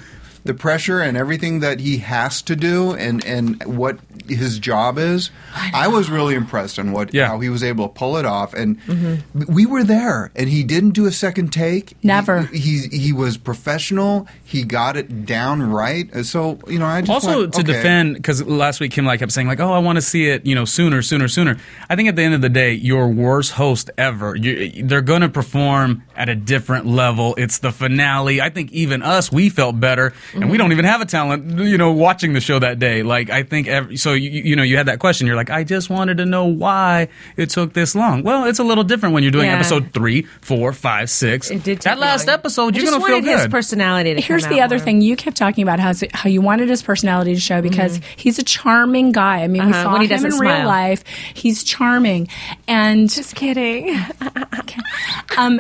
Speaker 5: the pressure and everything that he has to do and and what his job is, I, was really impressed on what how he was able to pull it off. And
Speaker 15: Mm-hmm.
Speaker 5: we were there, and he didn't do a second take. Never. He he, he was professional. He got it down right. And So you know, I just
Speaker 6: also
Speaker 5: went,
Speaker 6: to
Speaker 5: okay.
Speaker 6: defend because last week Kim like kept saying like oh I want to see it you know sooner sooner sooner I think at the end of the day your worst host ever you, they're gonna perform at a different level it's the finale I think even us we felt better and
Speaker 15: Mm-hmm.
Speaker 6: we
Speaker 16: Mhm.
Speaker 6: don't even have a talent you know watching the show that day like I think every, so you, you know you had that question you're like I just wanted to know why it took this long well it's a little different when you're doing
Speaker 15: Yeah.
Speaker 6: episode three four five six
Speaker 15: It did that
Speaker 6: last episode,
Speaker 15: I
Speaker 6: you're
Speaker 15: just
Speaker 6: gonna feel
Speaker 15: wanted his
Speaker 6: good.
Speaker 15: personality to
Speaker 2: Here's
Speaker 15: come
Speaker 2: the
Speaker 15: out
Speaker 2: other
Speaker 15: more.
Speaker 2: thing you kept talking about how how you wanted his personality to show because he's a charming guy. I mean, we
Speaker 15: Mm-hmm. Uh-huh,
Speaker 2: saw
Speaker 15: when he
Speaker 2: him in
Speaker 15: doesn't
Speaker 2: real
Speaker 15: smile.
Speaker 2: life. He's charming, and just kidding. (laughs) um,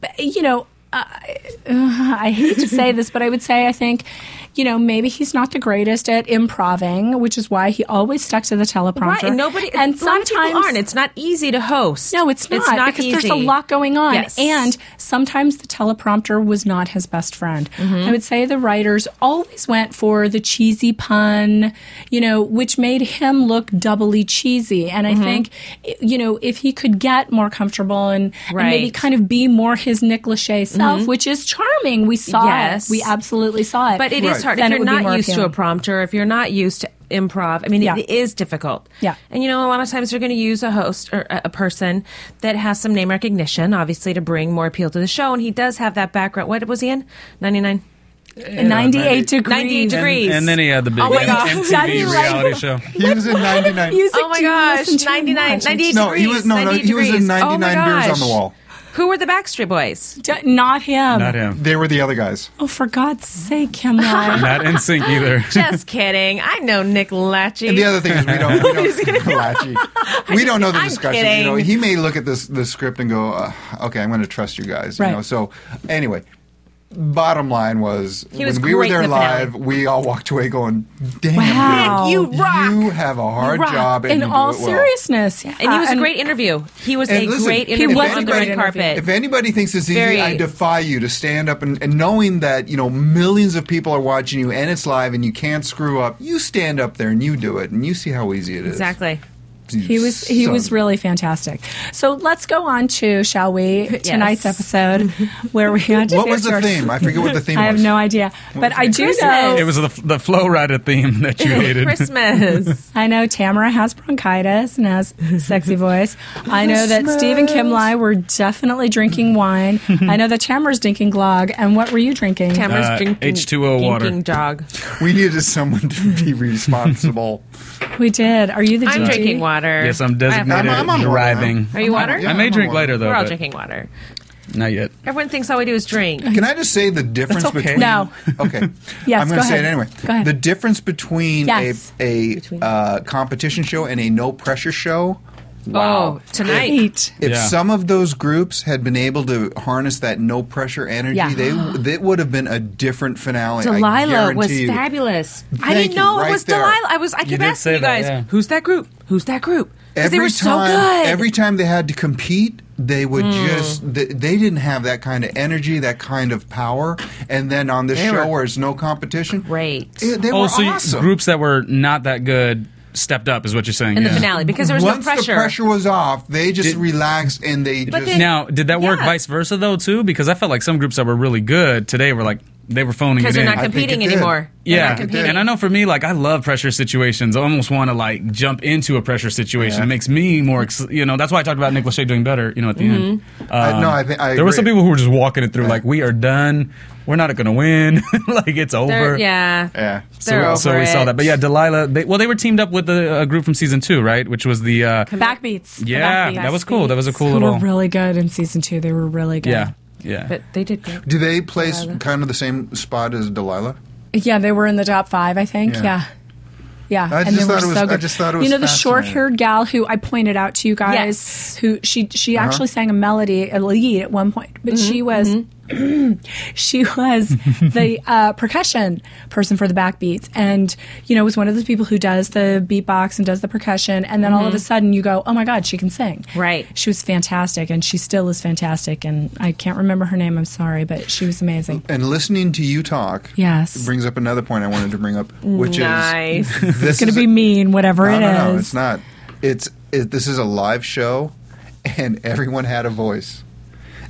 Speaker 2: but, you know, I uh, I hate to say this, but I would say I think. You know, maybe he's not the greatest at improving, which is why he always stuck to the teleprompter.
Speaker 15: Right, and nobody
Speaker 2: and
Speaker 15: and a lot of people
Speaker 2: sometimes-
Speaker 15: aren't. It's not easy to host. No,
Speaker 2: it's not, because there's a lot going on, and sometimes the teleprompter was not his best friend.
Speaker 15: Mhm.
Speaker 2: I would say the writers always went for the cheesy pun, you know, which made him look doubly cheesy. And I
Speaker 15: Mhm.
Speaker 2: think, i- you know, if he could get more comfortable and, and maybe
Speaker 15: Right.
Speaker 2: kind of be more his Nick Lachey self,
Speaker 15: Mhm.
Speaker 2: which is charming, we saw
Speaker 15: Yes.
Speaker 2: it, we absolutely saw it.
Speaker 15: But it is hard
Speaker 2: Then it
Speaker 15: if you're
Speaker 2: would be
Speaker 15: not
Speaker 2: more
Speaker 15: used to a
Speaker 2: appealing.
Speaker 15: prompter. If you're not used to improv, I mean,
Speaker 2: Yeah.
Speaker 15: it is difficult.
Speaker 2: Yeah.
Speaker 15: And you know, a lot of times you're going to use a host or a a person that has some name recognition, obviously, to bring more appeal to the show. And he does have that background. What was he in? Ninety nine.
Speaker 2: 98 degrees.
Speaker 15: 98
Speaker 6: And-
Speaker 15: degrees.
Speaker 6: and, then he had the big
Speaker 15: Oh my
Speaker 6: M-
Speaker 15: gosh. (laughs)
Speaker 6: MTV reality show
Speaker 5: He (laughs) was in '99.
Speaker 15: oh my gosh, 99, 98
Speaker 5: No,
Speaker 15: degrees.
Speaker 5: he was- no, no,
Speaker 15: 98
Speaker 5: he was in
Speaker 15: degrees.
Speaker 5: 99
Speaker 15: Oh my
Speaker 5: Beers on
Speaker 15: gosh.
Speaker 5: the Wall.
Speaker 15: Who were the Backstreet Boys?
Speaker 2: not him.
Speaker 5: They were the other guys.
Speaker 2: Oh, for God's sake, Kim Lai.
Speaker 6: (laughs) not in sync either
Speaker 15: (laughs) Just kidding. I know Nick Lachey.
Speaker 5: And the other thing is we don't, we don't,
Speaker 15: (laughs)
Speaker 5: Kalachi. We don't know the
Speaker 15: I'm
Speaker 5: discussion. You know,
Speaker 15: kidding.
Speaker 5: he may look at this the script and go, uh, "Okay, I'm going to trust you guys." You
Speaker 15: Right.
Speaker 5: know, so anyway, bottom line was,
Speaker 15: He was
Speaker 5: when we were
Speaker 15: great
Speaker 5: there
Speaker 15: in the finale.
Speaker 5: live, we all walked away going, "Damn,
Speaker 15: Wow.
Speaker 5: dude,
Speaker 15: You rock.
Speaker 5: You have a hard
Speaker 15: rock.
Speaker 5: job." And
Speaker 15: In
Speaker 5: you do
Speaker 15: all
Speaker 5: it well."
Speaker 2: seriousness. Yeah.
Speaker 15: And he was a
Speaker 2: And-
Speaker 15: great interview. He was a
Speaker 5: And listen,
Speaker 15: great
Speaker 5: if
Speaker 15: interview on the
Speaker 5: anybody-
Speaker 15: red carpet.
Speaker 5: If anybody thinks it's easy,
Speaker 15: Very-
Speaker 5: I defy you to stand up and, and knowing that you know millions of people are watching you and it's live and you can't screw up. You stand up there and you do it and you see how easy it is.
Speaker 15: Exactly.
Speaker 2: He was he was really fantastic. So let's go on to shall
Speaker 15: (laughs)
Speaker 2: we tonight's episode where we had to
Speaker 6: What was the theme? I forget what the theme
Speaker 2: (laughs) I have
Speaker 6: was.
Speaker 2: no idea, but I do know
Speaker 6: It was the, the Flow Rider theme that (laughs)
Speaker 15: (laughs)
Speaker 6: you hated.
Speaker 2: (laughs) I know Tamara has bronchitis and has a sexy voice. I know that
Speaker 4: Christmas.
Speaker 2: Steve and Kim Lai were definitely drinking wine. I know that Tamara's drinking glog. And what were you drinking?
Speaker 5: Tamara's Uh, drinking- H2O water. drinking
Speaker 15: jog.
Speaker 5: We needed someone to be responsible.
Speaker 2: We did. Are you the
Speaker 15: I'm
Speaker 2: GG?
Speaker 15: drinking (laughs) water.
Speaker 6: Yes, I'm
Speaker 15: I
Speaker 6: designated
Speaker 15: have-
Speaker 6: driving.
Speaker 15: Are you water?
Speaker 6: I may drink later though.
Speaker 15: We're all
Speaker 6: but
Speaker 15: drinking water.
Speaker 6: Not yet.
Speaker 15: Everyone thinks all we do is drink.
Speaker 5: Can I just say the difference
Speaker 15: okay.
Speaker 5: between?
Speaker 15: No.
Speaker 5: Okay.
Speaker 15: (laughs) Yes,
Speaker 5: I'm going to
Speaker 15: go
Speaker 5: say
Speaker 15: ahead.
Speaker 5: it anyway.
Speaker 15: Go ahead.
Speaker 5: The difference between
Speaker 15: Yes.
Speaker 5: a, a uh, competition show and a no pressure show. Wow.
Speaker 15: Oh, tonight.
Speaker 5: If
Speaker 15: Yeah.
Speaker 5: some of those groups had been able to harness that no pressure energy,
Speaker 15: Yeah.
Speaker 5: they that would have been a different finale. I
Speaker 15: Delilah was
Speaker 5: guarantee you.
Speaker 15: fabulous. I
Speaker 5: Thank
Speaker 15: didn't
Speaker 5: you,
Speaker 15: know
Speaker 5: right
Speaker 15: it was
Speaker 5: there.
Speaker 15: Delilah. I was. I
Speaker 5: You
Speaker 15: kept
Speaker 5: did
Speaker 15: asking
Speaker 5: say
Speaker 15: you
Speaker 5: that,
Speaker 15: guys,
Speaker 5: yeah.
Speaker 15: "Who's that group? Who's that group?" Because
Speaker 5: Every
Speaker 15: they were
Speaker 5: time,
Speaker 15: so good.
Speaker 5: every time they had to compete, they would
Speaker 6: Hmm.
Speaker 15: Mm.
Speaker 5: just they, they didn't have that kind of energy, that kind of power. And then on this
Speaker 15: They
Speaker 5: show
Speaker 15: were
Speaker 5: where it's no competition, eh,
Speaker 15: great.
Speaker 5: they
Speaker 6: oh,
Speaker 5: were
Speaker 6: so you-
Speaker 5: awesome.
Speaker 6: groups that were not that good stepped up, is what you're saying.
Speaker 15: in the
Speaker 6: yeah.
Speaker 15: finale because there was
Speaker 5: Once
Speaker 15: no pressure.
Speaker 5: the pressure was off, they just relaxed and they
Speaker 15: But
Speaker 5: just
Speaker 15: then-
Speaker 6: Now, did that work
Speaker 15: Yeah.
Speaker 6: vice versa though too? Because I felt like some groups that were really good today were like they were phoning it in
Speaker 15: Because they're not I think competing it did. anymore. They're
Speaker 6: Yeah,
Speaker 15: not competing.
Speaker 6: and I know for me, like I love pressure situations. I almost want to like jump into a pressure situation.
Speaker 5: Yeah.
Speaker 6: It makes me more, ex- you know. That's why I talked about Nick Lachey doing better. You know, at the end.
Speaker 15: Mm-hmm.
Speaker 6: Uh,
Speaker 5: I- no, I thi- I
Speaker 6: there were
Speaker 5: agree.
Speaker 6: some people who were just walking it through, like we are done. We're not going to win. (laughs) like it's
Speaker 15: They're-
Speaker 6: over.
Speaker 15: yeah.
Speaker 5: Yeah.
Speaker 6: So,
Speaker 15: uh, They're
Speaker 6: so
Speaker 15: over
Speaker 6: we saw
Speaker 15: it.
Speaker 6: that. But yeah, Delilah. They, well, they were teamed up with a, a group from season two, right? Which was the uh,
Speaker 2: Backbeats.
Speaker 6: yeah.
Speaker 2: Backbeats.
Speaker 6: That was cool. That was a cool
Speaker 2: Who
Speaker 6: little
Speaker 2: were really good in season two. They were really good.
Speaker 6: yeah yeah.
Speaker 15: But they did good.
Speaker 5: Do they place kind of the same spot as Delilah?
Speaker 2: Yeah, they were in the top five, I think.
Speaker 5: Yeah.
Speaker 2: Yeah. Yeah.
Speaker 5: I
Speaker 2: and
Speaker 5: just
Speaker 2: they were
Speaker 5: thought it was-
Speaker 2: so
Speaker 5: I
Speaker 2: good.
Speaker 5: just thought it was
Speaker 2: You know the
Speaker 5: fascinating.
Speaker 2: short-haired gal who I pointed out to you guys, who she she
Speaker 5: Uh-huh.
Speaker 2: actually sang a melody, a lead at one point, but
Speaker 15: Mm-hmm.
Speaker 2: she was (clears throat) she was the uh, percussion person for the backbeats, and you know was one of those people who does the beatbox and does the percussion, and then all of
Speaker 15: Mhm.
Speaker 2: a sudden you go, oh my god, she can sing.
Speaker 15: Right.
Speaker 2: She was fantastic, and she still is fantastic, and I can't remember her name. I'm sorry, but she was amazing.
Speaker 5: And listening to you talk,
Speaker 2: Yes.
Speaker 5: brings up another point I wanted to bring up, which
Speaker 2: Nice.
Speaker 5: is (laughs) this
Speaker 2: it's going
Speaker 5: is
Speaker 2: to be mean, whatever
Speaker 5: no,
Speaker 2: it is.
Speaker 5: no, no, it's not. It's it, this is a live show, and everyone had a voice.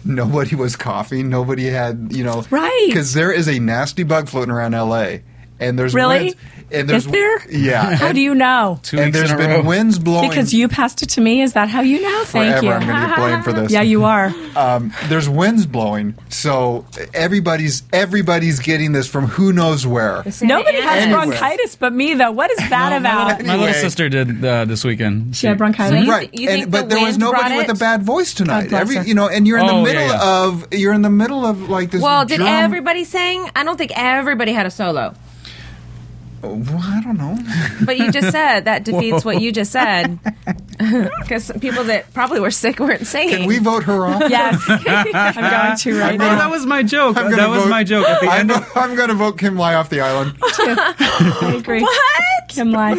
Speaker 5: Nobody was coughing. Nobody had you know
Speaker 2: right
Speaker 5: because there is a nasty bug floating around L.A. and there's
Speaker 2: Really?
Speaker 5: winds, and there's
Speaker 2: Is there?
Speaker 5: yeah
Speaker 2: How
Speaker 5: and,
Speaker 2: do you know?
Speaker 5: and there's been winds blowing
Speaker 2: Because you passed it to me. Is that how you know?
Speaker 5: forever.
Speaker 2: Thank you.
Speaker 5: I'm going to get blamed for this.
Speaker 2: (laughs) Yeah, you are.
Speaker 5: Um, there's winds blowing, so everybody's everybody's getting this from who knows where.
Speaker 2: Nobody has
Speaker 5: Anywhere.
Speaker 2: bronchitis but me, though. What is that about?
Speaker 6: My little sister did uh, this weekend.
Speaker 2: She had bronchitis. So you
Speaker 5: right?
Speaker 2: th- you think
Speaker 5: and, but
Speaker 2: the
Speaker 5: there was
Speaker 2: wind
Speaker 5: nobody
Speaker 2: brought
Speaker 5: with
Speaker 2: it?
Speaker 5: a bad voice tonight.
Speaker 2: bless
Speaker 5: Every
Speaker 2: her.
Speaker 5: you know, and you're in
Speaker 6: Oh,
Speaker 5: the middle
Speaker 6: yeah, yeah.
Speaker 5: of you're in the middle of like this.
Speaker 15: Well, did
Speaker 5: drum-
Speaker 15: everybody sing? I don't think everybody had a solo.
Speaker 5: Oh, Well, I don't
Speaker 2: (laughs)
Speaker 5: know.
Speaker 15: But you just said that defeats
Speaker 5: Whoa.
Speaker 15: what you just said. Because people that probably were sick weren't singing.
Speaker 5: Can we vote her off? (laughs)
Speaker 15: Yes.
Speaker 2: (laughs) I'm going to right
Speaker 6: Oh,
Speaker 2: now.
Speaker 6: that was my joke.
Speaker 5: I'm gonna
Speaker 6: That was
Speaker 5: vote-
Speaker 6: my joke. At the
Speaker 5: I'm,
Speaker 6: end
Speaker 5: (laughs) I'm going to vote Kim Lai off the island.
Speaker 2: (laughs) I agree. What? Kim Lai.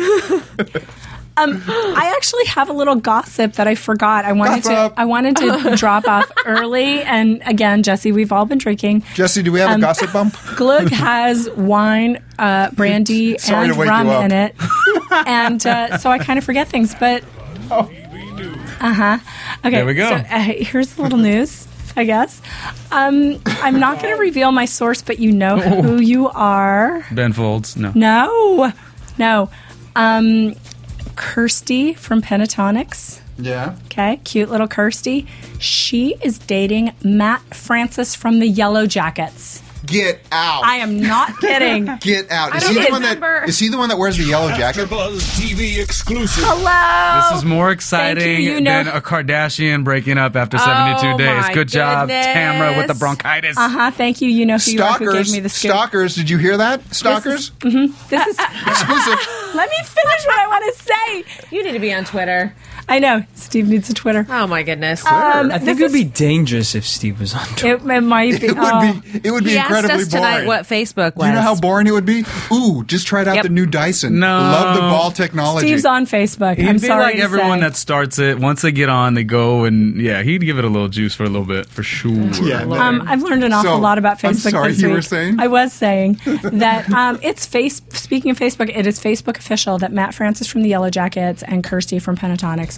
Speaker 2: Um, I actually have a little gossip that I forgot. I wanted
Speaker 5: Gossip.
Speaker 2: to. I wanted
Speaker 5: (laughs)
Speaker 2: to drop off early. And again, Jesse, we've all been drinking.
Speaker 5: Jesse, do we have
Speaker 2: Um,
Speaker 5: a gossip bump? (laughs)
Speaker 2: Glug has wine, uh, brandy,
Speaker 5: Sorry
Speaker 2: and
Speaker 5: to wake
Speaker 2: rum
Speaker 5: you up. (laughs)
Speaker 2: in it, and uh, so I kind of forget things. But
Speaker 5: Oh.
Speaker 2: uh huh. Okay.
Speaker 4: There we go.
Speaker 2: So, uh, here's a little news. I guess um, I'm not going to reveal my source, but you know
Speaker 5: Oh.
Speaker 2: who you are.
Speaker 6: Ben Folds. No.
Speaker 2: No, no. Um, Kirsty from Pentatonics.
Speaker 5: Yeah.
Speaker 2: Okay, cute little Kirsty. She is dating Matt Francis from the Yellow Jackets.
Speaker 5: Get out.
Speaker 2: I am
Speaker 5: (laughs)
Speaker 2: not kidding.
Speaker 5: Get out.
Speaker 2: I
Speaker 5: Is
Speaker 2: don't
Speaker 5: he, the one
Speaker 2: remember.
Speaker 5: that, is he the one that wears the yellow jacket?
Speaker 1: TV exclusive.
Speaker 2: Hello.
Speaker 6: This is more exciting
Speaker 1: you know-
Speaker 6: than a Kardashian breaking up after 72
Speaker 2: Oh,
Speaker 6: days.
Speaker 2: my
Speaker 6: Good job,
Speaker 2: goodness.
Speaker 6: Tamra, with the bronchitis.
Speaker 2: Uh huh. Thank you. You know who you are. Who gave
Speaker 5: Stalkers.
Speaker 2: me the scoop.
Speaker 5: Stalkers. Did you hear that? Stalkers.
Speaker 2: This is, mhm. this
Speaker 5: (laughs)
Speaker 2: is
Speaker 5: Exclusive.
Speaker 2: Let me finish what I want to say.
Speaker 15: You need to be on Twitter.
Speaker 2: I know. Steve needs a Twitter. Um,
Speaker 15: Oh my goodness.
Speaker 3: I think
Speaker 2: (laughs)
Speaker 3: it would be dangerous if Steve was on.
Speaker 2: It, it might be.
Speaker 5: It
Speaker 2: oh.
Speaker 5: would be. It would be
Speaker 15: he
Speaker 5: incredibly
Speaker 15: asked us tonight
Speaker 5: boring.
Speaker 15: what Facebook was.
Speaker 5: You know how boring it would be? Ooh, just tried out the new Dyson.
Speaker 6: No.
Speaker 5: Love the ball technology.
Speaker 2: Steve's on Facebook.
Speaker 6: He'd
Speaker 2: I'm
Speaker 6: be
Speaker 2: sorry
Speaker 6: like
Speaker 2: to
Speaker 6: everyone
Speaker 2: say.
Speaker 6: that starts it. Once they get on, they go and yeah, he'd give it a little juice for a little bit for sure.
Speaker 2: Um, I've learned an awful
Speaker 6: So,
Speaker 2: lot about
Speaker 6: I'm
Speaker 2: Facebook.
Speaker 6: sorry,
Speaker 2: this
Speaker 6: you were
Speaker 2: week.
Speaker 6: saying?
Speaker 2: I
Speaker 5: (laughs)
Speaker 2: was saying that um, it's face. Speaking of Facebook, it is Facebook official that Matt Francis from the Yellow Jackets and Kirsty from Pentatonics,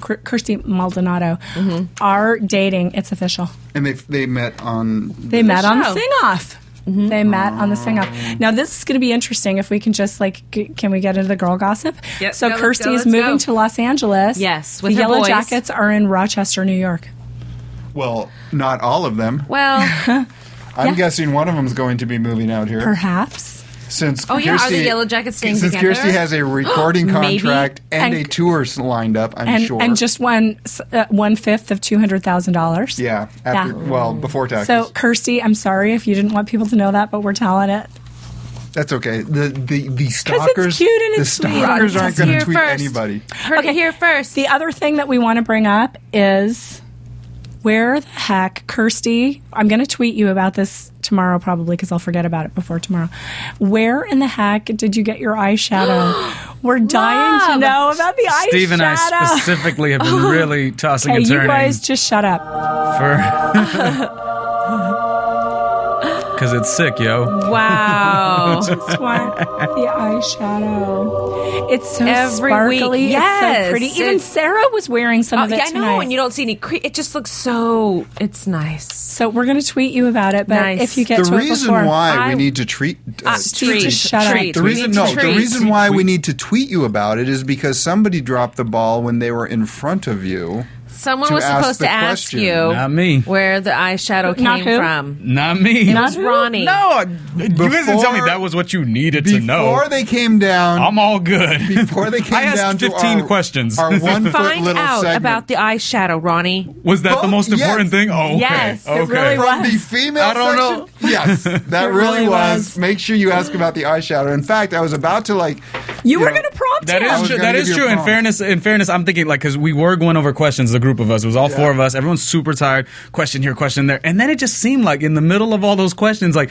Speaker 2: Kir- Kirsty Maldonado,
Speaker 15: Mm-hmm.
Speaker 2: are dating. It's official.
Speaker 5: and they they met on.
Speaker 2: They met on the Sing Off.
Speaker 15: Mm-hmm.
Speaker 2: They met on the Sing Off. Now this is going to be interesting. If we can just like, g- can we get into the girl gossip?
Speaker 15: Yep,
Speaker 2: so
Speaker 15: go, let's
Speaker 2: Kirsty
Speaker 15: go,
Speaker 2: is
Speaker 15: let's
Speaker 2: moving
Speaker 15: go.
Speaker 2: to Los Angeles.
Speaker 15: Yes,
Speaker 2: the
Speaker 15: with her
Speaker 2: Yellow
Speaker 15: boys.
Speaker 2: Jackets are in Rochester, New York.
Speaker 5: Well, not all of them.
Speaker 2: (laughs)
Speaker 15: Well,
Speaker 5: I'm
Speaker 2: yeah.
Speaker 5: guessing one of them's going going to be moving out here.
Speaker 2: Perhaps.
Speaker 5: Since
Speaker 15: Oh, yeah, are the
Speaker 5: Kirsty-
Speaker 15: Yellow Jackets staying
Speaker 5: Since
Speaker 15: together?
Speaker 5: Kirsty has
Speaker 2: (gasps)
Speaker 5: a recording
Speaker 15: Maybe.
Speaker 5: contract and,
Speaker 2: And-
Speaker 5: a tour s- lined up, I'm
Speaker 2: and,
Speaker 5: sure.
Speaker 2: and just one s- uh, one fifth of two hundred thousand dollars.
Speaker 5: yeah, after, Well, before taxes.
Speaker 2: So Kirsty, I'm sorry if you didn't want people to know that, but we're telling it.
Speaker 5: That's okay. The the the stalkers.
Speaker 2: cute and it's
Speaker 5: the
Speaker 2: sweet.
Speaker 5: stalkers aren't
Speaker 2: It's
Speaker 5: going
Speaker 2: here
Speaker 5: to tweet
Speaker 2: first.
Speaker 5: anybody.
Speaker 2: Heard okay. here first. The other thing that we want to bring up is where the heck Kirsty? I'm going to tweet you about this tomorrow probably because I'll forget about it before tomorrow. Where in the heck did you get your (gasps) eyeshadow? we're dying to
Speaker 6: Love.
Speaker 2: know about the eyeshadow.
Speaker 6: Steve and I
Speaker 2: (laughs)
Speaker 6: specifically have been really tossing
Speaker 2: Okay,
Speaker 6: and
Speaker 2: you
Speaker 6: turning
Speaker 2: guys just
Speaker 5: (laughs)
Speaker 2: shut up.
Speaker 6: for because it's sick, yo. (laughs)
Speaker 2: Wow. Just want the eyeshadow. It's so
Speaker 15: Every week,
Speaker 2: sparkly. It's
Speaker 15: yes.
Speaker 2: so pretty. Even
Speaker 15: It's-
Speaker 2: Sarah was wearing some
Speaker 15: Oh,
Speaker 2: of it
Speaker 15: yeah, I know.
Speaker 2: tonight.
Speaker 15: And you don't see any. Cre- it just looks so. It's nice.
Speaker 2: So we're gonna tweet you about it, but
Speaker 15: Nice.
Speaker 2: if you get
Speaker 5: the
Speaker 2: to it
Speaker 5: reason
Speaker 2: before,
Speaker 5: why
Speaker 2: I-
Speaker 5: we need to treat
Speaker 2: Uh, treat, shut up.
Speaker 5: the
Speaker 2: We
Speaker 5: reason
Speaker 2: need to
Speaker 5: no the
Speaker 2: treat.
Speaker 5: reason why we need to tweet you about it is because somebody dropped the ball when they were in front of you
Speaker 15: Someone
Speaker 5: to
Speaker 15: was
Speaker 5: ask
Speaker 15: supposed
Speaker 5: the
Speaker 15: to ask
Speaker 5: question.
Speaker 15: you
Speaker 6: me
Speaker 15: where the eyeshadow came
Speaker 6: Not who?
Speaker 15: from.
Speaker 6: Not me.
Speaker 15: It was Ronnie.
Speaker 6: No, you guys didn't tell me
Speaker 5: Before-
Speaker 6: that was what you needed to know.
Speaker 5: before they came down
Speaker 6: I'm all good.
Speaker 5: before
Speaker 6: (laughs)
Speaker 5: they came
Speaker 6: I asked
Speaker 5: down to
Speaker 6: 15
Speaker 5: our-
Speaker 6: questions. (laughs)
Speaker 5: our one foot
Speaker 15: Find
Speaker 5: little
Speaker 15: out
Speaker 5: segment
Speaker 15: about the eyeshadow, Ronnie.
Speaker 6: was that the most
Speaker 5: yes.
Speaker 6: important thing? Oh, okay.
Speaker 15: Yes, it
Speaker 6: okay.
Speaker 15: really
Speaker 5: from the female
Speaker 6: I don't know.
Speaker 5: section? Yes, (laughs) that
Speaker 6: It
Speaker 5: really,
Speaker 6: really
Speaker 5: was. Make sure you ask about the eyeshadow. In fact, I was about to like. You, were going to
Speaker 2: prompt
Speaker 6: That is true. That is true. In fairness, in fairness, I'm thinking like because we were going over questions. The group of us, it was all four of us. Everyone's super tired. Question here, question there, and then it just seemed like in the middle of all those questions, like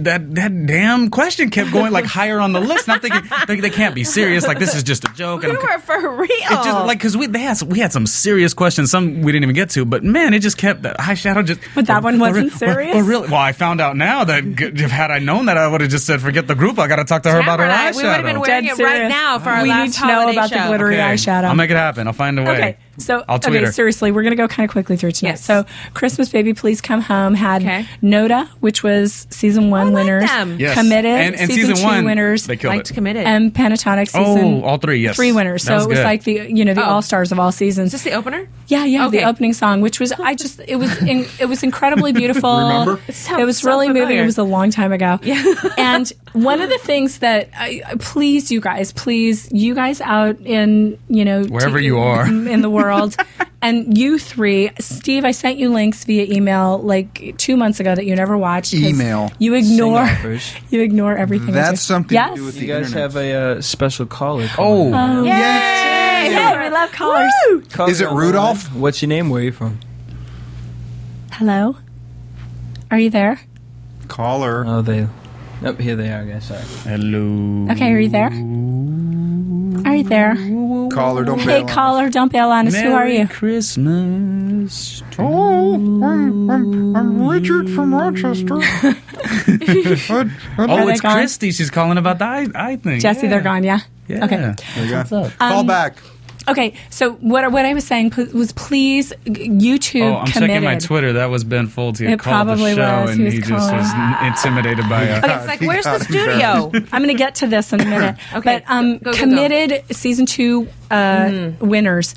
Speaker 6: that that damn question kept going like higher on the list. And I'm thinking (laughs) they, they can't be (laughs) serious. Like this is just a joke. and I'm
Speaker 15: were for real.
Speaker 6: It just like because we they had some, we had some serious questions, some we didn't even get to, but man, it just kept that eyeshadow just. Oh, But
Speaker 2: that one wasn't serious?
Speaker 6: Well, really, well, I found out now that g- had I known that, I would have just said, "Forget the group. I got to talk to her about her
Speaker 15: Tamara and I,
Speaker 6: eyeshadow."
Speaker 15: we would've been
Speaker 2: Dead
Speaker 15: wearing it right
Speaker 2: serious.
Speaker 15: now for our
Speaker 2: We
Speaker 15: last
Speaker 2: need to know
Speaker 15: holiday
Speaker 2: about the
Speaker 15: show.
Speaker 2: glittery
Speaker 6: Okay.
Speaker 2: eyeshadow.
Speaker 6: I'll make it happen. I'll find a way.
Speaker 2: Okay, so
Speaker 6: I'll tweet
Speaker 2: okay,
Speaker 6: her.
Speaker 2: seriously, we're gonna go kind of quickly through tonight. So, Christmas Baby, please come home had Noda, which was
Speaker 15: Oh,
Speaker 2: season one winners,
Speaker 6: them. Yes.
Speaker 2: committed
Speaker 6: And- and
Speaker 2: season,
Speaker 6: season
Speaker 2: two
Speaker 6: one,
Speaker 2: winners,
Speaker 6: they killed Liked it. Committed.
Speaker 2: and Pentatonic season.
Speaker 6: Oh, all three, yes.
Speaker 2: three winners.
Speaker 6: That
Speaker 2: So
Speaker 6: was
Speaker 2: it was
Speaker 6: good.
Speaker 2: like the you know the all stars of all seasons. Is this
Speaker 15: Oh. the opener?
Speaker 2: Yeah, yeah, the opening song, which was I just it was in, it was
Speaker 6: (laughs)
Speaker 2: incredibly beautiful.
Speaker 15: Remember? It
Speaker 2: It,
Speaker 15: sounds
Speaker 2: was
Speaker 15: so
Speaker 2: really moving.
Speaker 15: familiar.
Speaker 2: It was a long time ago. (laughs) and one of the things that I, please you guys, please you guys out in you know
Speaker 6: Wherever you are.
Speaker 2: in the
Speaker 6: (laughs)
Speaker 2: world. And you three, Steve, I sent you links via email like two months ago that you never watched. 'cause
Speaker 3: Email.
Speaker 2: (laughs) You ignore.
Speaker 3: Sing-offers.
Speaker 2: (laughs) You ignore everything. I do. Yes.
Speaker 3: You guys have a uh, special caller. Oh,
Speaker 2: Um,
Speaker 3: Yay!
Speaker 2: Yay, We love callers.
Speaker 3: Is it Rudolph? uh, What's your name? Where are you from?
Speaker 2: Hello. Are you there?
Speaker 3: Caller. Oh, they. Up here they are, guys. Sorry. Hello.
Speaker 2: Okay, are you there? Are you there?
Speaker 3: Caller, don't
Speaker 2: Hey,
Speaker 3: bail on us.
Speaker 2: caller, don't bail on us. Who are
Speaker 3: Merry
Speaker 2: you?
Speaker 3: Christmas.
Speaker 2: (laughs)
Speaker 5: Oh, I'm, I'm, I'm Richard from
Speaker 6: (laughs)
Speaker 5: Rochester.
Speaker 6: oh,
Speaker 2: they
Speaker 6: it's
Speaker 2: gone?
Speaker 6: Christy. She's calling about the eye, eye thing.
Speaker 2: (laughs) Jesse,
Speaker 6: yeah.
Speaker 2: they're gone. Yeah.
Speaker 6: Yeah.
Speaker 2: Okay.
Speaker 6: What's up?
Speaker 2: Call Um, back. Okay. So what what I was saying pl- was please g- YouTube
Speaker 6: Oh, I'm
Speaker 2: committed.
Speaker 6: checking my Twitter. That was Ben Fulte. He
Speaker 2: It
Speaker 6: called the
Speaker 2: probably
Speaker 6: show,
Speaker 2: was.
Speaker 6: and
Speaker 2: He was
Speaker 6: he just
Speaker 2: calling.
Speaker 6: was n-
Speaker 5: (laughs)
Speaker 6: intimidated by a.
Speaker 2: Okay, it's like, where's the studio? I'm going to get to this in a minute. okay, but um,
Speaker 15: go, go.
Speaker 2: committed season two uh, winners.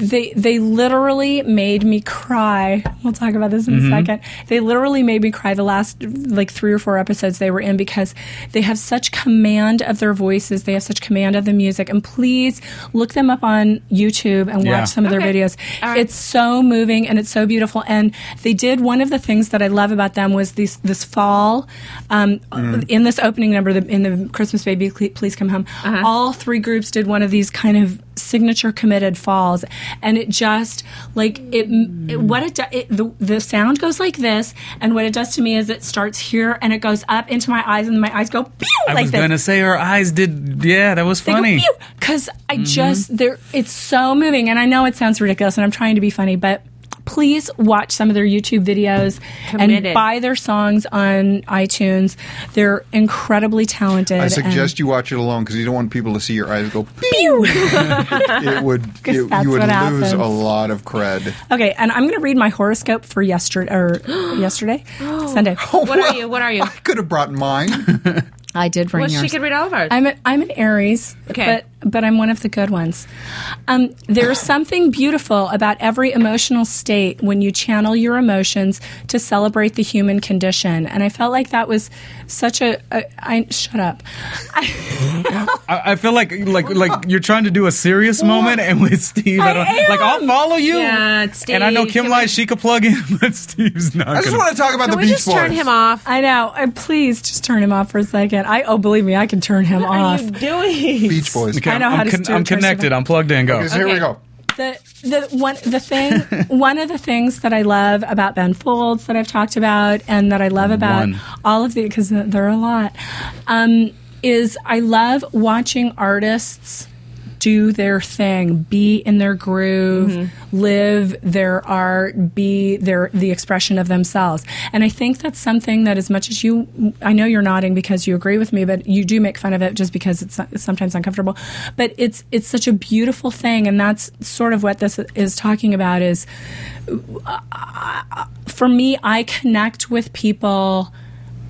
Speaker 2: they they literally made me cry. We'll talk about this in
Speaker 17: Mhm.
Speaker 2: a second. They literally made me cry the last like three or four episodes they were in because they have such command of their voices. They have such command of the music. And please look them up on YouTube and
Speaker 17: Yeah.
Speaker 2: watch some of their
Speaker 17: Okay.
Speaker 2: videos. It's so moving and it's so beautiful. And they did one of the things that I love about them was these this fall um,
Speaker 17: Mm.
Speaker 2: in this opening number the, in the Christmas Baby Cle- Please Come Home. All three groups did one of these kind of signature committed falls, and it just like it, it what it, do, it the the sound goes like this, and what it does to me is it starts here and it goes up into my eyes, and my eyes go pew
Speaker 6: I
Speaker 2: like
Speaker 6: was
Speaker 2: this.
Speaker 6: gonna say her eyes did. Yeah, that was funny.
Speaker 2: Because I
Speaker 5: Mm-hmm.
Speaker 6: Mhm.
Speaker 2: just there, it's so moving, and I know it sounds ridiculous, and I'm trying to be funny, but please watch some of their YouTube videos
Speaker 15: Committed.
Speaker 2: and buy their songs on iTunes. They're incredibly talented.
Speaker 5: I
Speaker 2: and-
Speaker 5: suggest you watch it alone because you don't want people to see your eyes go. (laughs)
Speaker 2: Pew! (laughs)
Speaker 5: It would it,
Speaker 2: 'Cause
Speaker 5: you would
Speaker 2: that's
Speaker 5: lose
Speaker 2: what
Speaker 5: a
Speaker 2: happens.
Speaker 5: lot of cred.
Speaker 2: Okay, and I'm going to read my horoscope for
Speaker 5: (gasps)
Speaker 2: yesterday or yesterday,
Speaker 5: (laughs)
Speaker 2: Sunday.
Speaker 15: What are you? What are you?
Speaker 5: Could have brought mine.
Speaker 2: (laughs) I did bring
Speaker 15: Well,
Speaker 2: yours.
Speaker 15: she could read all of ours.
Speaker 2: I'm a, I'm an Aries,
Speaker 15: Okay.
Speaker 2: but but I'm one of the good ones. Um, there's something beautiful about every emotional state when you channel your emotions to celebrate the human condition, and I felt like that was such a. a I shut up.
Speaker 6: (laughs) I, I feel like like like you're trying to do a serious moment, and with Steve, I, don't like I'll follow you.
Speaker 15: Yeah, it's
Speaker 6: And I know
Speaker 15: Steve.
Speaker 6: Kim Lai, she could plug in, (laughs) but Steve's not. gonna-
Speaker 2: off. I know. Uh, please just turn him off for a second. I oh, believe me, I can turn
Speaker 15: (laughs)
Speaker 2: him off. What are you doing?
Speaker 5: Beach Boys.
Speaker 6: Okay,
Speaker 2: I know
Speaker 6: I'm,
Speaker 2: how
Speaker 6: I'm
Speaker 2: to
Speaker 6: con-
Speaker 2: do
Speaker 6: I'm
Speaker 2: it, Christopher.
Speaker 6: connected. I'm plugged in. Go.
Speaker 5: Okay, so here we Okay. go.
Speaker 2: the the one the thing one of the things that I love about Ben Folds that I've talked about and that I love about
Speaker 17: One.
Speaker 2: all of the because there are a lot um, is I love watching artists do their thing, be in their groove, live their art, be their the expression of themselves. And I think that's something that, as much as you, I know you're nodding because you agree with me, but you do make fun of it just because it's it's sometimes uncomfortable. But it's it's such a beautiful thing, and that's sort of what this is talking about. Is for me, I connect with people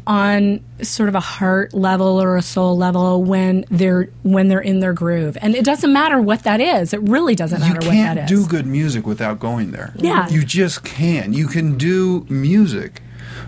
Speaker 2: on sort of a heart level or a soul level when they're when they're in their groove, and it doesn't matter what that is. It really doesn't
Speaker 5: You
Speaker 2: matter what
Speaker 5: can't
Speaker 2: that is.
Speaker 5: do good music without going there.
Speaker 2: Yeah.
Speaker 5: you just can. You can do music,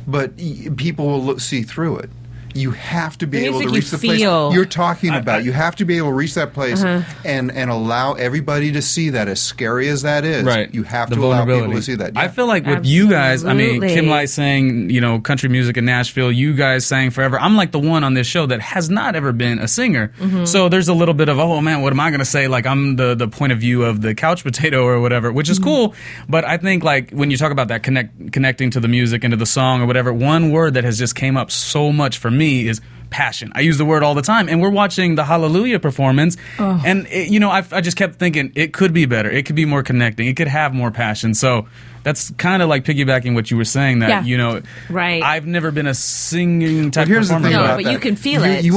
Speaker 5: but y- people will look, see through it. You have to be
Speaker 15: The
Speaker 5: able to
Speaker 15: music you
Speaker 5: reach the
Speaker 15: feel.
Speaker 5: place you're talking about. You have to be able to reach that place
Speaker 15: Uh-huh.
Speaker 5: and and allow everybody to see that. As scary as that is,
Speaker 6: Right.
Speaker 5: You have
Speaker 6: The
Speaker 5: to allow people
Speaker 6: vulnerability.
Speaker 5: to see that.
Speaker 6: I feel like with you guys, I mean, Kim
Speaker 5: Absolutely.
Speaker 6: Lai sang, you know, country music in Nashville. You guys sang forever. I'm like the one on this show that has not ever been a singer.
Speaker 18: Mhm.
Speaker 6: So there's a little bit of, oh man, what am I going to say? Like I'm the the point of view of the couch potato or whatever, which is cool. But I think like when you talk about that connect connecting to the music and to the song or whatever, one word that has just came up so much for me is passion. I use the word all the time. And we're watching the Hallelujah performance.
Speaker 2: Oh.
Speaker 6: And, it, you know, I, I just kept thinking it could be better. It could be more connecting. It could have more passion. So that's kind of like piggybacking what you were saying that,
Speaker 15: Yeah.
Speaker 6: you know,
Speaker 15: Right.
Speaker 6: I've never been a singing type performer.
Speaker 15: no, but you can feel it. You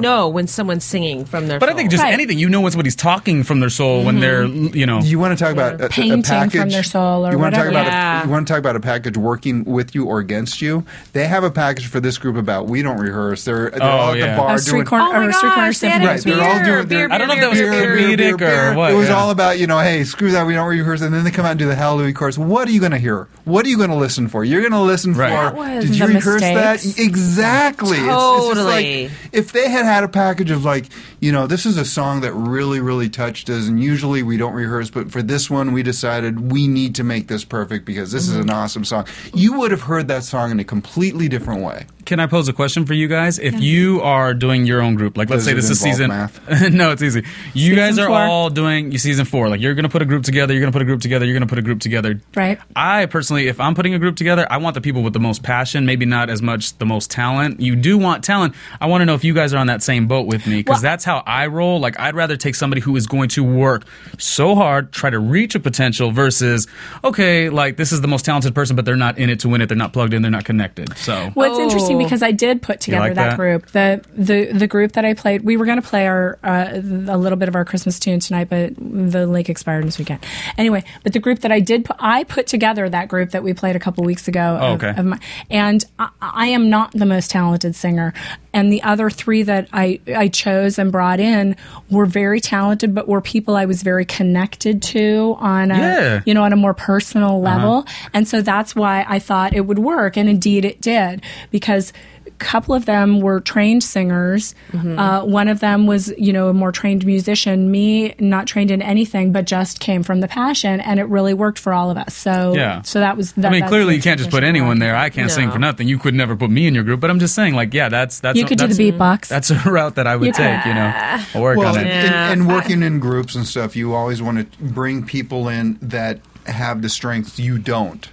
Speaker 15: know when someone's singing from their.
Speaker 6: But I think just
Speaker 15: soul.
Speaker 6: anything, you know when somebody's talking from their soul, when
Speaker 15: Mhm.
Speaker 6: they're, you know.
Speaker 5: You want to talk about a- a,
Speaker 2: Painting from
Speaker 5: package?
Speaker 2: their soul or
Speaker 5: you want to
Speaker 2: whatever.
Speaker 5: talk about
Speaker 2: Yeah.
Speaker 5: a, you want to talk about a package working with you or against you? They have a package for this group about we don't rehearse. They're, they're
Speaker 6: Oh,
Speaker 5: all at
Speaker 6: yeah.
Speaker 5: the bar
Speaker 2: Oh,
Speaker 5: doing
Speaker 2: street corner- Oh my or street corner gosh, they had symphony. a
Speaker 5: Right, they're all
Speaker 2: beer,
Speaker 5: doing.
Speaker 2: beer,
Speaker 5: They're,
Speaker 2: I don't know if that was
Speaker 5: beer, beer,
Speaker 6: comedic
Speaker 5: beer,
Speaker 6: or
Speaker 5: beer.
Speaker 6: what,
Speaker 5: It was
Speaker 6: yeah.
Speaker 5: all about you know, hey, screw that, we don't rehearse, and then they come out and do the Hallelujah chorus. What are you going to hear? What are you going to listen for? You're going to listen
Speaker 6: Right.
Speaker 5: for.
Speaker 6: That
Speaker 5: Did
Speaker 6: was
Speaker 5: you
Speaker 6: the
Speaker 5: rehearse
Speaker 6: mistakes.
Speaker 5: that? Exactly. It's- it's just like,
Speaker 15: Totally.
Speaker 5: if they had had a package of like, you know, this is a song that really, really touched us, and usually we don't rehearse, but for this one, we decided we need to make this perfect because this is an awesome song. You would have heard that song in a completely different way.
Speaker 6: Can I pose a question for you guys? If you are doing your own group, like let's
Speaker 5: Does
Speaker 6: say
Speaker 5: it
Speaker 6: this is
Speaker 5: involve
Speaker 6: season. (laughs) no, it's easy. You
Speaker 5: Season
Speaker 6: guys are
Speaker 5: four.
Speaker 6: all doing season four. Like you're going to put a group together. You're going to put a group together. You're going to put a group together.
Speaker 2: Right.
Speaker 6: I personally, if I'm putting a group together, I want the people with the most passion. Maybe not as much the most talent. You do want talent. I want to know if you guys are on that same boat with me because that's how I roll. Like I'd rather take somebody who is going to work so hard, try to reach a potential, versus okay, like this is the most talented person, but they're not in it to win it. They're not plugged in. They're not connected. So
Speaker 2: What's interesting because I did put together
Speaker 6: Oh. like
Speaker 2: that,
Speaker 6: that?
Speaker 2: group. The the the group that I played. We were going to play our uh, a little bit of our Christmas tune tonight, but the link expired this weekend. Anyway, but the group that I did put, I put together that group that we played a couple weeks ago.
Speaker 6: Oh,
Speaker 2: of-
Speaker 6: okay.
Speaker 2: of my- and I, I am not the most talented singer, and the other three that I I chose and brought in were very talented, but were people I was very connected to on a
Speaker 13: Yeah.
Speaker 2: you know on a more personal
Speaker 13: Uh-huh.
Speaker 2: level. And so that's why I thought it would work. And indeed it did, because a couple of them were trained singers.
Speaker 13: Mhm.
Speaker 6: Mm-hmm.
Speaker 2: Uh, one of them was, you know, a more trained musician. Me, not trained in anything, but just came from the passion. And it really worked for all of us. So,
Speaker 6: Yeah.
Speaker 2: so that was that.
Speaker 6: I mean,
Speaker 2: that's
Speaker 6: clearly
Speaker 2: the
Speaker 6: you can't just put
Speaker 2: transition.
Speaker 6: anyone there. I can't sing
Speaker 2: No.
Speaker 6: for nothing. You could never put me in your group. But I'm just saying, like, yeah, that's that's
Speaker 2: You could do
Speaker 6: that's-
Speaker 2: the beatbox.
Speaker 6: That's a (laughs) route that I would
Speaker 2: You could-
Speaker 6: take. You know, I'll work
Speaker 5: well,
Speaker 6: on it.
Speaker 5: And, and working in groups and stuff, you always want to bring people in that have the strengths you don't.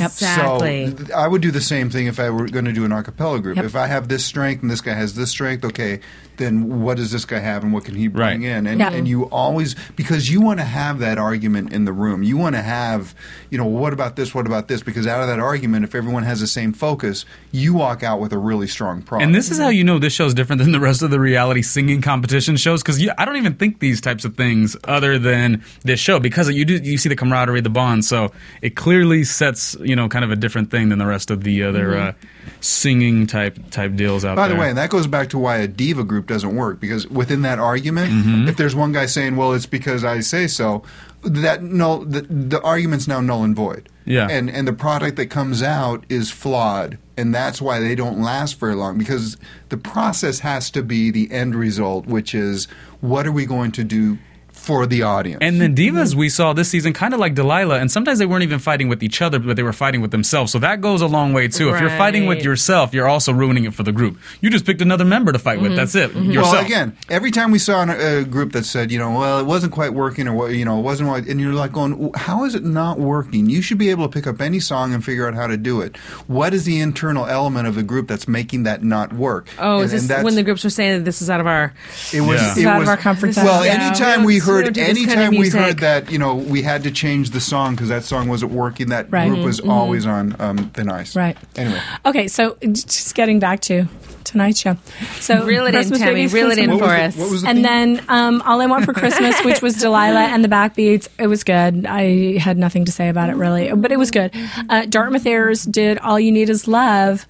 Speaker 15: Exactly.
Speaker 5: So th- I would do the same thing if I were going to do an a cappella group.
Speaker 15: Yep.
Speaker 5: If I have this strength and this guy has this strength, okay, then what does this guy have and what can he bring in? And,
Speaker 15: Yeah.
Speaker 5: and you always, because you want to have that argument in the room. You want to have, you know, what about this? What about this? Because out of that argument, if everyone has the same focus, you walk out with a really strong product.
Speaker 6: And this is how you know this show's different than the rest of the reality singing competition shows because I don't even think these types of things other than this show because you do you see the camaraderie, the bond. So it clearly sets you know kind of a different thing than the rest of the other
Speaker 5: Mhm.
Speaker 6: uh, singing type type deals out
Speaker 5: By
Speaker 6: there.
Speaker 5: the way, and that goes back to why a diva group doesn't work because within that argument,
Speaker 6: Mm-hmm.
Speaker 5: if there's one guy saying, "Well, it's because I say so," that no, the, the argument's now null and void.
Speaker 6: Yeah.
Speaker 5: and and the product that comes out is flawed, and that's why they don't last very long because the process has to be the end result, which is what are we going to do for the audience.
Speaker 6: And the divas we saw this season, kind of like Delilah, and sometimes they weren't even fighting with each other, but they were fighting with themselves. So that goes a long way too. If you're fighting with
Speaker 5: Right.
Speaker 6: yourself, you're also ruining it for the group. You just picked another member to fight with. That's it. uh,
Speaker 15: Mm-hmm.
Speaker 6: Yourself.
Speaker 5: Mm-hmm. Well, again, every time we saw an- a group that said, you know, well, it wasn't quite working, or what, you know, it wasn't, what, and you're like going, "W- how is it not working? You should be able to pick up any song and figure out how to do it. What is the internal element of the group that's making that not work?
Speaker 15: Oh,
Speaker 5: and,
Speaker 15: is this
Speaker 5: and that's-
Speaker 15: when the groups were saying that this is out of our
Speaker 5: it was,
Speaker 15: this
Speaker 5: it
Speaker 15: is out
Speaker 5: was-
Speaker 15: of our comfort zone?
Speaker 5: Well,
Speaker 15: Yeah.
Speaker 5: anytime
Speaker 15: don't-
Speaker 5: we
Speaker 15: don't
Speaker 5: heard,
Speaker 15: do this kind of
Speaker 5: anytime we
Speaker 15: music.
Speaker 5: heard that, you know, we had to change the song because that song wasn't working. That
Speaker 2: Right.
Speaker 5: group was
Speaker 15: Mm-hmm.
Speaker 2: Mhm, mhm.
Speaker 5: always on um, thin ice.
Speaker 2: Right.
Speaker 5: Anyway.
Speaker 2: Okay. So j- just getting back to tonight's show. So
Speaker 15: Reel it in,
Speaker 2: Christmas
Speaker 15: Tammy,
Speaker 2: Babies,
Speaker 15: reel it in
Speaker 2: Christmas-
Speaker 15: What was for the- us. what was the
Speaker 2: and
Speaker 15: theme?
Speaker 2: then um, All I Want for Christmas, which was Delilah and the Backbeats. It was good. I had nothing to say about it really, but it was good. Uh, Dartmouth Airs did All You Need Is Love.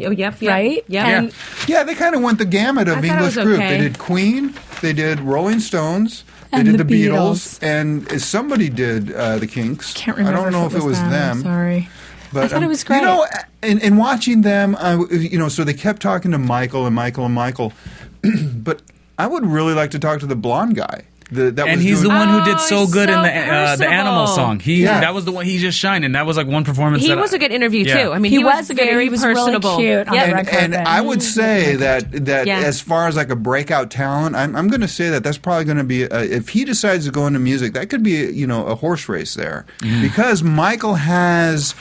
Speaker 15: Oh, yep.
Speaker 2: Right? And
Speaker 5: yeah, they kind of went the gamut of
Speaker 2: I thought it
Speaker 5: English
Speaker 2: was
Speaker 5: group.
Speaker 2: okay.
Speaker 5: They did Queen, they did Rolling Stones, they
Speaker 2: And
Speaker 5: did
Speaker 2: the
Speaker 5: the Beatles, and somebody did uh, the Kinks.
Speaker 2: I can't remember.
Speaker 5: I don't know
Speaker 2: if it was
Speaker 5: them.
Speaker 2: Sorry.
Speaker 5: But,
Speaker 2: I thought
Speaker 5: um,
Speaker 2: it was great.
Speaker 5: You know, and, and watching them, I, you know, so they kept talking to Michael and Michael and Michael. (clears throat) but I would really like to talk to the blonde guy. The, that
Speaker 6: and
Speaker 5: was
Speaker 6: he's
Speaker 5: doing-
Speaker 6: the one who
Speaker 2: Oh,
Speaker 6: did so good in the uh, the animal
Speaker 5: personable.
Speaker 6: song. He
Speaker 5: Yeah.
Speaker 6: that was the one he just shined, and that was like one performance.
Speaker 15: He
Speaker 6: that I-
Speaker 15: was a good interview
Speaker 6: Yeah.
Speaker 15: too. I mean,
Speaker 2: He
Speaker 15: he,
Speaker 2: was a good-
Speaker 15: very
Speaker 2: he was really
Speaker 15: personable.
Speaker 2: cute on
Speaker 15: Yep.
Speaker 2: the red
Speaker 5: and I would say that that
Speaker 15: Mm. Yeah.
Speaker 5: as far as like a breakout talent, I'm, I'm going to say that that's probably going to be uh if he decides to go into music, that could be you know a horse race there
Speaker 15: Mm.
Speaker 5: because Michael has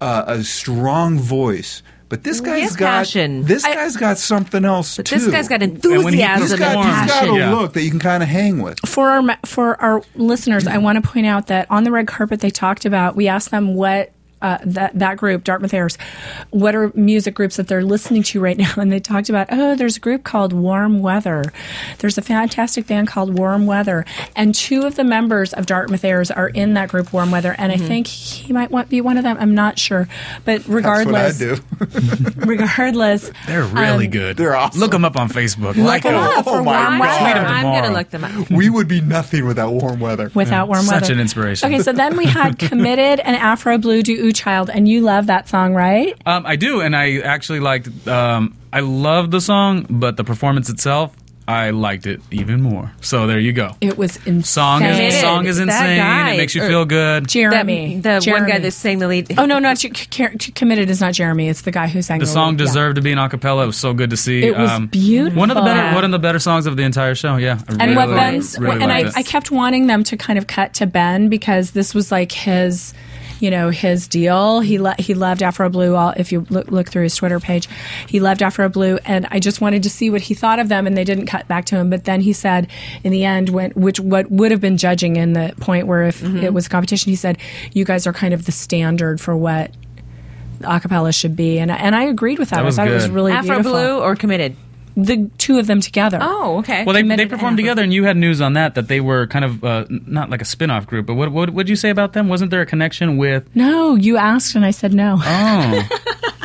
Speaker 5: uh, a strong voice. But this
Speaker 15: He
Speaker 5: guy's
Speaker 15: has
Speaker 5: got
Speaker 15: passion.
Speaker 5: this guy's got something else too.
Speaker 15: this guy's got
Speaker 5: And when he-
Speaker 15: enthusiasm
Speaker 5: he's
Speaker 15: and
Speaker 5: got- He's got
Speaker 15: passion.
Speaker 5: a
Speaker 15: Yeah.
Speaker 5: look that you can kind of hang with.
Speaker 2: for our for our listeners, I want to point out that on the red carpet they talked about. We asked them what. Uh, that that group, Dartmouth Airs, what are music groups that they're listening to right (laughs) now? And they talked about, oh, there's a group called Warm Weather. There's a fantastic band called Warm Weather, and two of the members of Dartmouth Airs are in that group, Warm Weather. And I
Speaker 13: Mhm.
Speaker 2: think he might want be one of them. I'm not sure, but regardless,
Speaker 6: Mm-hmm. That's what I do. (laughs)
Speaker 2: regardless,
Speaker 6: They're really
Speaker 2: um,
Speaker 6: good. They're awesome. Look them up on Facebook.
Speaker 2: Look
Speaker 6: like
Speaker 2: 'em up for
Speaker 6: Oh
Speaker 2: warm
Speaker 6: my
Speaker 2: weather.
Speaker 6: God. Tweet 'em
Speaker 2: I'm gonna
Speaker 6: tomorrow.
Speaker 2: look them up.
Speaker 5: We would be nothing without warm weather.
Speaker 2: without warm
Speaker 6: Such
Speaker 2: weather.
Speaker 6: an inspiration.
Speaker 2: Okay, so then we
Speaker 6: (laughs)
Speaker 2: had committed and Afro Blue Do Ooh Child, and you love that song, right?
Speaker 6: Um, I do, and I actually liked. Um, I loved the song, but the performance itself, I liked it even more. So there you go.
Speaker 2: It was insane.
Speaker 6: Song is song is
Speaker 15: That
Speaker 6: insane.
Speaker 15: guy,
Speaker 6: it makes you
Speaker 15: or-
Speaker 6: feel good.
Speaker 2: Jeremy,
Speaker 15: The- the one guy
Speaker 2: that
Speaker 15: sang the lead.
Speaker 2: Oh no, no, Ch- Ch- Ch- committed is not Jeremy. It's the guy who sang
Speaker 6: The
Speaker 2: the,
Speaker 6: song
Speaker 2: lead. Yeah.
Speaker 6: deserved to be an acapella. It was so good to see. um,
Speaker 2: It was beautiful.
Speaker 6: One of the better
Speaker 2: Yeah.
Speaker 6: one of the better songs of the entire show. Yeah. I
Speaker 2: And what
Speaker 6: really,
Speaker 2: Ben's
Speaker 6: really
Speaker 2: and
Speaker 6: liked
Speaker 2: I,
Speaker 6: it.
Speaker 2: I kept wanting them to kind of cut to Ben because this was like his, you know, his deal. He lo- he loved Afro Blue. All if you look look through his Twitter page, he loved Afro Blue, and I just wanted to see what he thought of them. And they didn't cut back to him. But then he said in the end, when which what would have been judging in the point where if
Speaker 6: Mm-hmm.
Speaker 13: Mhm.
Speaker 2: it was a competition, he said, "You guys are kind of the standard for what." acapella should be. And and I agreed with that.
Speaker 6: That was
Speaker 2: I thought it was
Speaker 6: good.
Speaker 2: really
Speaker 15: Afro
Speaker 2: beautiful.
Speaker 15: Blue or committed.
Speaker 2: The two of them together.
Speaker 15: Oh, okay.
Speaker 6: Well, they, they performed together, and you had news on that that they were kind of uh, n- not like a spin off group, but what what would you say about them? Wasn't there a connection with?
Speaker 2: No, you asked and I said no.
Speaker 6: Oh,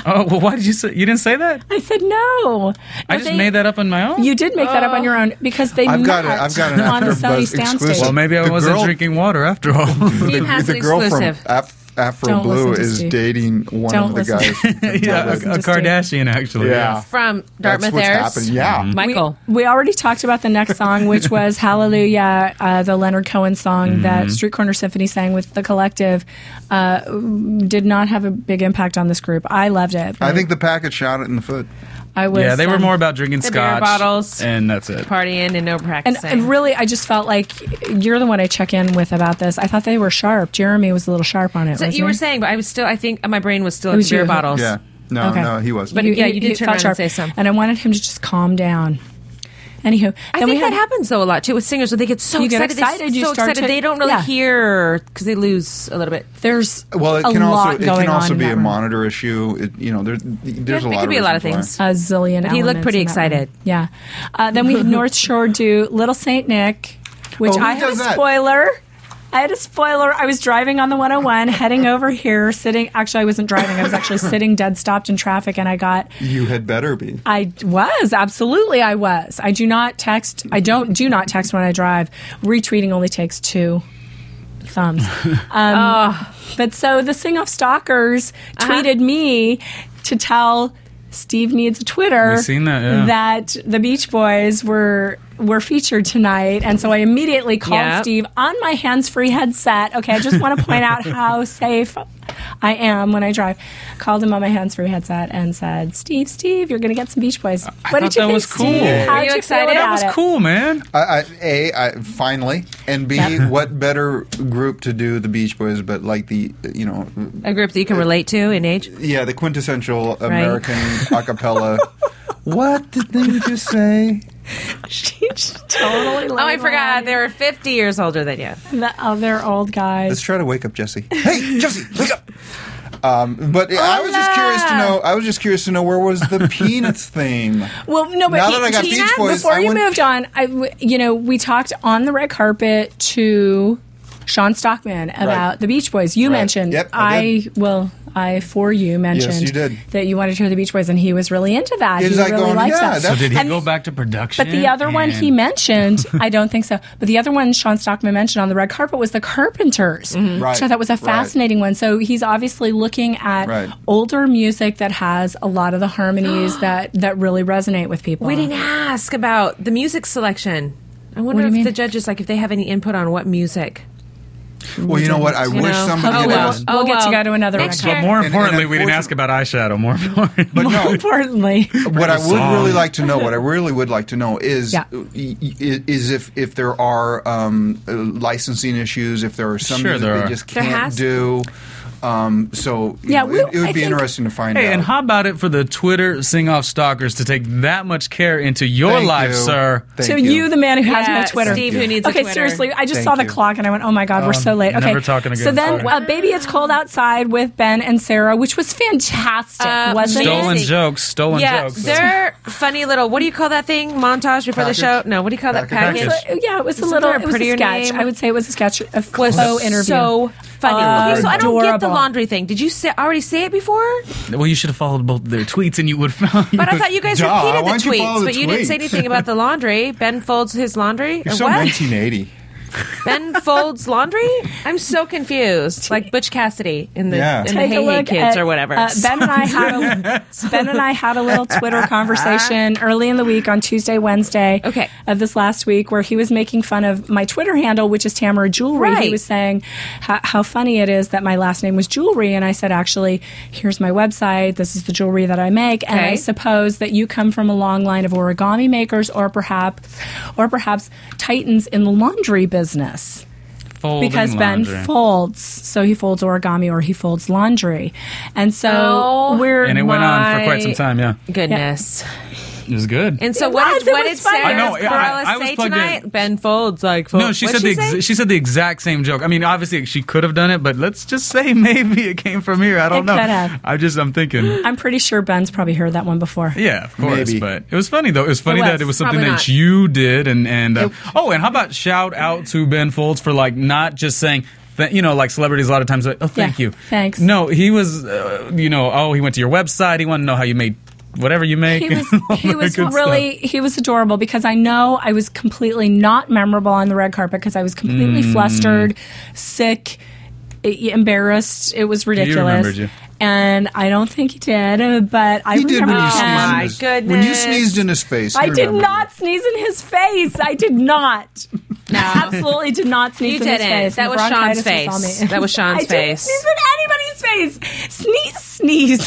Speaker 6: oh. Well, why did you say you didn't say that?
Speaker 2: (laughs) I said no.
Speaker 6: I
Speaker 2: No,
Speaker 6: just
Speaker 2: they-
Speaker 6: made that up on my own.
Speaker 2: You did make that up on your own because they
Speaker 6: I've
Speaker 2: met
Speaker 6: got it. I've got an
Speaker 2: on the
Speaker 6: AfterBuzz
Speaker 2: Southeast downstage.
Speaker 5: exclusive.
Speaker 6: Well, maybe I
Speaker 5: The
Speaker 6: wasn't
Speaker 5: girl-
Speaker 6: drinking water after
Speaker 5: (laughs)
Speaker 6: all.
Speaker 5: the,
Speaker 2: has
Speaker 5: the
Speaker 2: an
Speaker 5: girl
Speaker 2: exclusive.
Speaker 5: from Af- Afro
Speaker 2: Don't
Speaker 5: Blue
Speaker 2: listen to
Speaker 5: is
Speaker 2: Steve.
Speaker 5: dating one
Speaker 2: Don't
Speaker 5: of the
Speaker 2: listen to
Speaker 5: guys.
Speaker 6: (laughs)
Speaker 5: from
Speaker 6: yeah, a,
Speaker 5: Dublin.
Speaker 6: a Kardashian actually.
Speaker 5: Yeah.
Speaker 15: From Dartmouth
Speaker 5: what's
Speaker 15: Airs.
Speaker 5: happening, yeah.
Speaker 6: Mm-hmm.
Speaker 5: Mhm.
Speaker 15: Michael.
Speaker 2: We, we already talked about the next song,
Speaker 6: (laughs)
Speaker 2: which was Hallelujah, uh, the Leonard Cohen song
Speaker 6: Mm-hmm.
Speaker 2: that
Speaker 15: Mhm.
Speaker 2: Street Corner Symphony sang with the collective. Uh, did not have a big impact on this group. I loved it.
Speaker 5: I think the packet shot it in the foot.
Speaker 2: I was.
Speaker 6: yeah, they were
Speaker 2: um,
Speaker 6: more about drinking
Speaker 2: the beer
Speaker 6: scotch
Speaker 2: bottles.
Speaker 6: and that's it.
Speaker 15: Partying and no
Speaker 2: And,
Speaker 15: practicing.
Speaker 2: and really, I just felt like you're the one I check in with about this. I thought they were sharp. Jeremy was a little sharp on it.
Speaker 15: so
Speaker 2: wasn't
Speaker 15: you were
Speaker 2: he?
Speaker 15: saying, but I was still, I think my brain was still
Speaker 2: It
Speaker 15: at
Speaker 2: was
Speaker 15: beer
Speaker 2: you.
Speaker 15: bottles.
Speaker 5: Yeah. No,
Speaker 2: Okay.
Speaker 5: no, he wasn't.
Speaker 15: But yeah, you did turn
Speaker 2: felt
Speaker 15: around and say something.
Speaker 2: And I wanted him to just calm down. Anywho,
Speaker 15: I
Speaker 2: then
Speaker 15: think
Speaker 2: we had,
Speaker 15: that happens though a lot too with singers. So they get so
Speaker 2: You get
Speaker 15: excited, They're
Speaker 2: excited, you
Speaker 15: so
Speaker 2: start
Speaker 15: excited
Speaker 2: to-
Speaker 15: they don't really
Speaker 2: yeah.
Speaker 15: hear because they lose a little bit.
Speaker 2: There's
Speaker 5: Well, it can also it can also be a monitor issue. It, you know, there, there's
Speaker 15: Yeah,
Speaker 5: a
Speaker 15: it
Speaker 5: lot.
Speaker 15: could be a lot of
Speaker 5: reasons
Speaker 15: things.
Speaker 5: why.
Speaker 2: a zillion.
Speaker 15: But he looked
Speaker 2: elements
Speaker 15: pretty
Speaker 2: in that one.
Speaker 15: excited.
Speaker 2: Yeah. Uh, then we had North Shore do Little Saint Nick, which
Speaker 15: Oh, who
Speaker 2: I had a
Speaker 15: does that?
Speaker 2: spoiler. I had a spoiler. I was driving on the 101, heading over here, sitting. Actually, I wasn't driving. I was actually sitting dead stopped in traffic, and I got
Speaker 5: You had better be.
Speaker 2: I was absolutely I was. I do not text. I don't do not text when I drive. Retweeting only takes two
Speaker 6: (laughs)
Speaker 2: thumbs. Um, But so the sing off stalkers
Speaker 6: Uh-huh.
Speaker 2: tweeted me to tell Steve needs a Twitter
Speaker 6: We've seen that, yeah.
Speaker 2: that the Beach Boys were were featured tonight, and so I immediately called
Speaker 15: Yep.
Speaker 2: Steve on my hands free headset. Okay, I just want to point out
Speaker 6: (laughs)
Speaker 2: how safe I am when I drive. Called him on my hands free headset and said, "Steve, Steve, you're going to get some Beach Boys." what
Speaker 6: thought
Speaker 2: did you
Speaker 6: that
Speaker 2: think,
Speaker 6: was cool.
Speaker 2: Steve?
Speaker 6: Were
Speaker 2: How
Speaker 6: you
Speaker 2: did you
Speaker 6: excited?
Speaker 2: Feel
Speaker 6: That
Speaker 2: about
Speaker 6: was
Speaker 2: it?
Speaker 6: cool, man.
Speaker 5: I, I, a, I finally, and B,
Speaker 15: Yep.
Speaker 5: what better group to do the Beach Boys, but like the you know,
Speaker 15: A group that you can relate to in age.
Speaker 5: yeah, the quintessential
Speaker 15: Right.
Speaker 5: American a cappella. what did they just
Speaker 2: (laughs)
Speaker 5: say?
Speaker 2: Totally.
Speaker 15: Oh, I forgot. They were 50 years older than you.
Speaker 2: The other old
Speaker 5: Let's
Speaker 2: guys.
Speaker 5: try to wake up Jesse. Hey, Jesse, wake up. Um, but I was just curious to know. I was just curious to know where was the peanuts theme.
Speaker 2: Well, no, but
Speaker 5: Now
Speaker 2: he-
Speaker 5: that I got
Speaker 2: he-
Speaker 5: Beach Boys,
Speaker 2: before
Speaker 5: I
Speaker 2: you
Speaker 5: went-
Speaker 2: moved on, I, w- you know, we talked on the red carpet to Sean Stockman about
Speaker 5: Right.
Speaker 2: the Beach Boys. You
Speaker 5: Right.
Speaker 2: mentioned
Speaker 5: Yep, I
Speaker 2: I,
Speaker 5: did.
Speaker 2: well, I for you mentioned
Speaker 5: you did.
Speaker 2: that you wanted to hear the Beach Boys, and he was really into that.
Speaker 5: He's
Speaker 2: he
Speaker 5: like
Speaker 2: really
Speaker 5: going,
Speaker 2: liked
Speaker 5: "Yeah,
Speaker 2: that.
Speaker 6: So did he
Speaker 2: And-
Speaker 6: go back to production?
Speaker 2: but the other one he
Speaker 6: and- (laughs)
Speaker 2: mentioned, I don't think so. But the other one Sean Stockman mentioned on the red carpet was the Carpenters,
Speaker 5: Mm-hmm. Right,
Speaker 2: which I thought was a
Speaker 5: right.
Speaker 2: fascinating one. So he's obviously looking at
Speaker 5: Right.
Speaker 2: older music that has a lot of
Speaker 5: (gasps)
Speaker 2: the harmonies that that really resonate with people.
Speaker 15: We didn't ask about the music selection. I wonder
Speaker 2: do
Speaker 15: if
Speaker 2: you
Speaker 15: the judges, like, if they have any input on what music.
Speaker 5: Well, you know what? I
Speaker 15: You
Speaker 5: wish
Speaker 15: know?
Speaker 5: somebody
Speaker 15: Oh,
Speaker 5: had
Speaker 15: well.
Speaker 5: asked.
Speaker 15: Oh,
Speaker 2: We'll get to go to another
Speaker 15: Next
Speaker 2: record.
Speaker 6: But more
Speaker 5: And- and
Speaker 6: importantly, we didn't ask about eyeshadow. More importantly,
Speaker 5: But no,
Speaker 2: Importantly,
Speaker 5: what I
Speaker 6: Pretty
Speaker 5: would
Speaker 6: song.
Speaker 5: really like to know, what I really would like to know is
Speaker 2: Yeah.
Speaker 5: i- i- is if if there are um, uh, licensing issues, if there are some
Speaker 6: Sure
Speaker 5: that
Speaker 6: there
Speaker 5: they
Speaker 6: are.
Speaker 5: just
Speaker 6: There
Speaker 5: can't
Speaker 6: has-
Speaker 5: do. Um, so you
Speaker 2: Yeah,
Speaker 5: know,
Speaker 2: we-
Speaker 5: it, it would
Speaker 2: I
Speaker 5: be
Speaker 2: think-
Speaker 5: interesting to find
Speaker 6: Hey,
Speaker 5: out.
Speaker 6: and how about it for the Twitter sing off stalkers to take that much care into your
Speaker 5: Thank
Speaker 6: life,
Speaker 5: you.
Speaker 6: sir?
Speaker 5: Thank
Speaker 2: to you. the man who has
Speaker 15: Yeah,
Speaker 2: no Twitter.
Speaker 15: Steve who Thank you. needs a
Speaker 2: okay,
Speaker 15: Twitter.
Speaker 2: seriously, I just
Speaker 5: Thank
Speaker 2: saw the
Speaker 5: you.
Speaker 2: clock and I went, oh my God,
Speaker 6: Oh,
Speaker 2: we're so late. Okay.
Speaker 6: never talking again, Oh,
Speaker 2: So then
Speaker 6: sorry.
Speaker 2: uh, Baby It's Cold Outside with Ben and Sarah, which was fantastic,
Speaker 15: Uh,
Speaker 2: wasn't
Speaker 6: Stolen
Speaker 2: it?
Speaker 6: jokes, stolen
Speaker 15: yeah,
Speaker 6: jokes.
Speaker 15: their funny little, what do you call that thing? Montage before
Speaker 6: Package.
Speaker 15: the show? No, what do you call that
Speaker 6: Package.
Speaker 15: package?
Speaker 6: Package.
Speaker 2: Yeah, it was a
Speaker 15: Isn't
Speaker 2: little
Speaker 15: there a
Speaker 2: it was a
Speaker 15: prettier
Speaker 2: sketch.
Speaker 15: name?
Speaker 2: I would say it was a sketch, a
Speaker 15: was
Speaker 2: faux interview.
Speaker 15: so funny. okay, so I don't get the
Speaker 2: Adorable.
Speaker 15: laundry thing. Did you say, already say it before?
Speaker 6: well, you should have followed both their tweets, and you would. have
Speaker 15: But I thought you
Speaker 5: (laughs)
Speaker 15: guys
Speaker 5: Duh,
Speaker 15: repeated
Speaker 5: why
Speaker 15: the
Speaker 5: don't you follow
Speaker 15: tweets,
Speaker 5: the
Speaker 15: but you didn't say
Speaker 5: tweets?
Speaker 15: anything about the laundry. Ben folds his laundry.
Speaker 5: You're
Speaker 15: or
Speaker 5: so
Speaker 15: what?
Speaker 5: 1980.
Speaker 15: (laughs) Ben folds laundry. I'm so confused. Like Butch Cassidy in the,
Speaker 5: Yeah.
Speaker 15: in the
Speaker 2: Take a
Speaker 15: Hey Hey
Speaker 2: look
Speaker 15: Kids
Speaker 2: at,
Speaker 15: or whatever.
Speaker 2: uh, ben and
Speaker 5: (laughs)
Speaker 2: I had a (laughs) Ben and I had a little
Speaker 15: (laughs)
Speaker 2: Twitter conversation early in the week on Tuesday, Wednesday, okay. of this last week, where he was making fun of my Twitter handle, which is Tamara Jewelry. He
Speaker 15: Right.
Speaker 2: was saying how, how funny it is that my last name was Jewelry, and I said, actually, here's my website. This is the jewelry that I make, and I
Speaker 15: Okay.
Speaker 2: suppose that you come from a long line of origami makers, or perhaps, or perhaps titans in the laundry business because Ben folds, so he folds origami or he folds laundry, and so
Speaker 15: Oh.
Speaker 2: we're
Speaker 6: And it went on for quite some time. Yeah.
Speaker 15: Goodness.
Speaker 6: It was good.
Speaker 15: And so what did, what did Sarah
Speaker 6: I know, I- I-
Speaker 15: Bareilles
Speaker 6: I was
Speaker 15: say
Speaker 6: plugged in.
Speaker 15: tonight? Ben Folds like
Speaker 6: no, she said the exa- she said the exact same joke. I mean, obviously she could have done it, but let's just say (laughs) maybe it came from here. I don't
Speaker 2: It
Speaker 6: know.
Speaker 2: could have.
Speaker 6: I just I'm thinking.
Speaker 2: I'm pretty sure Ben's probably heard that one before.
Speaker 6: Yeah, of course.
Speaker 2: Maybe.
Speaker 6: But it was funny though. It was funny
Speaker 2: It
Speaker 6: that
Speaker 2: was.
Speaker 6: it was something
Speaker 2: Probably not.
Speaker 6: that you did, and and uh, oh, and how about shout out to Ben Folds for like not just saying. th- You know, like celebrities, a lot of times, like, oh, thank you.
Speaker 2: thanks.
Speaker 6: No, he was, uh, you know, oh, he went to your website. He wanted to know how you made whatever you make.
Speaker 2: He
Speaker 19: (laughs)
Speaker 2: was,
Speaker 6: and (laughs) all
Speaker 2: he
Speaker 6: that
Speaker 2: was
Speaker 6: good
Speaker 2: really he was adorable because I know I was completely not memorable on the red carpet because I was completely
Speaker 6: Mm.
Speaker 2: flustered, sick, e- embarrassed. It was ridiculous.
Speaker 19: remembered you.
Speaker 2: And I don't think he did, but I
Speaker 19: he did when
Speaker 2: remember
Speaker 19: you
Speaker 2: him.
Speaker 19: sneezed. in his, Oh When you sneezed in his face,
Speaker 2: I
Speaker 19: he
Speaker 2: did
Speaker 19: remembered.
Speaker 2: not sneeze in his face. I did not. No. Absolutely did not sneeze
Speaker 15: You
Speaker 2: in his
Speaker 15: didn't.
Speaker 2: face.
Speaker 15: That
Speaker 2: The
Speaker 15: was Sean's
Speaker 2: bronchitis on
Speaker 15: face.
Speaker 2: me.
Speaker 15: That was
Speaker 2: (laughs)
Speaker 15: Sean's
Speaker 2: I didn't
Speaker 15: face.
Speaker 2: sneeze in anybody's face. Sneeze,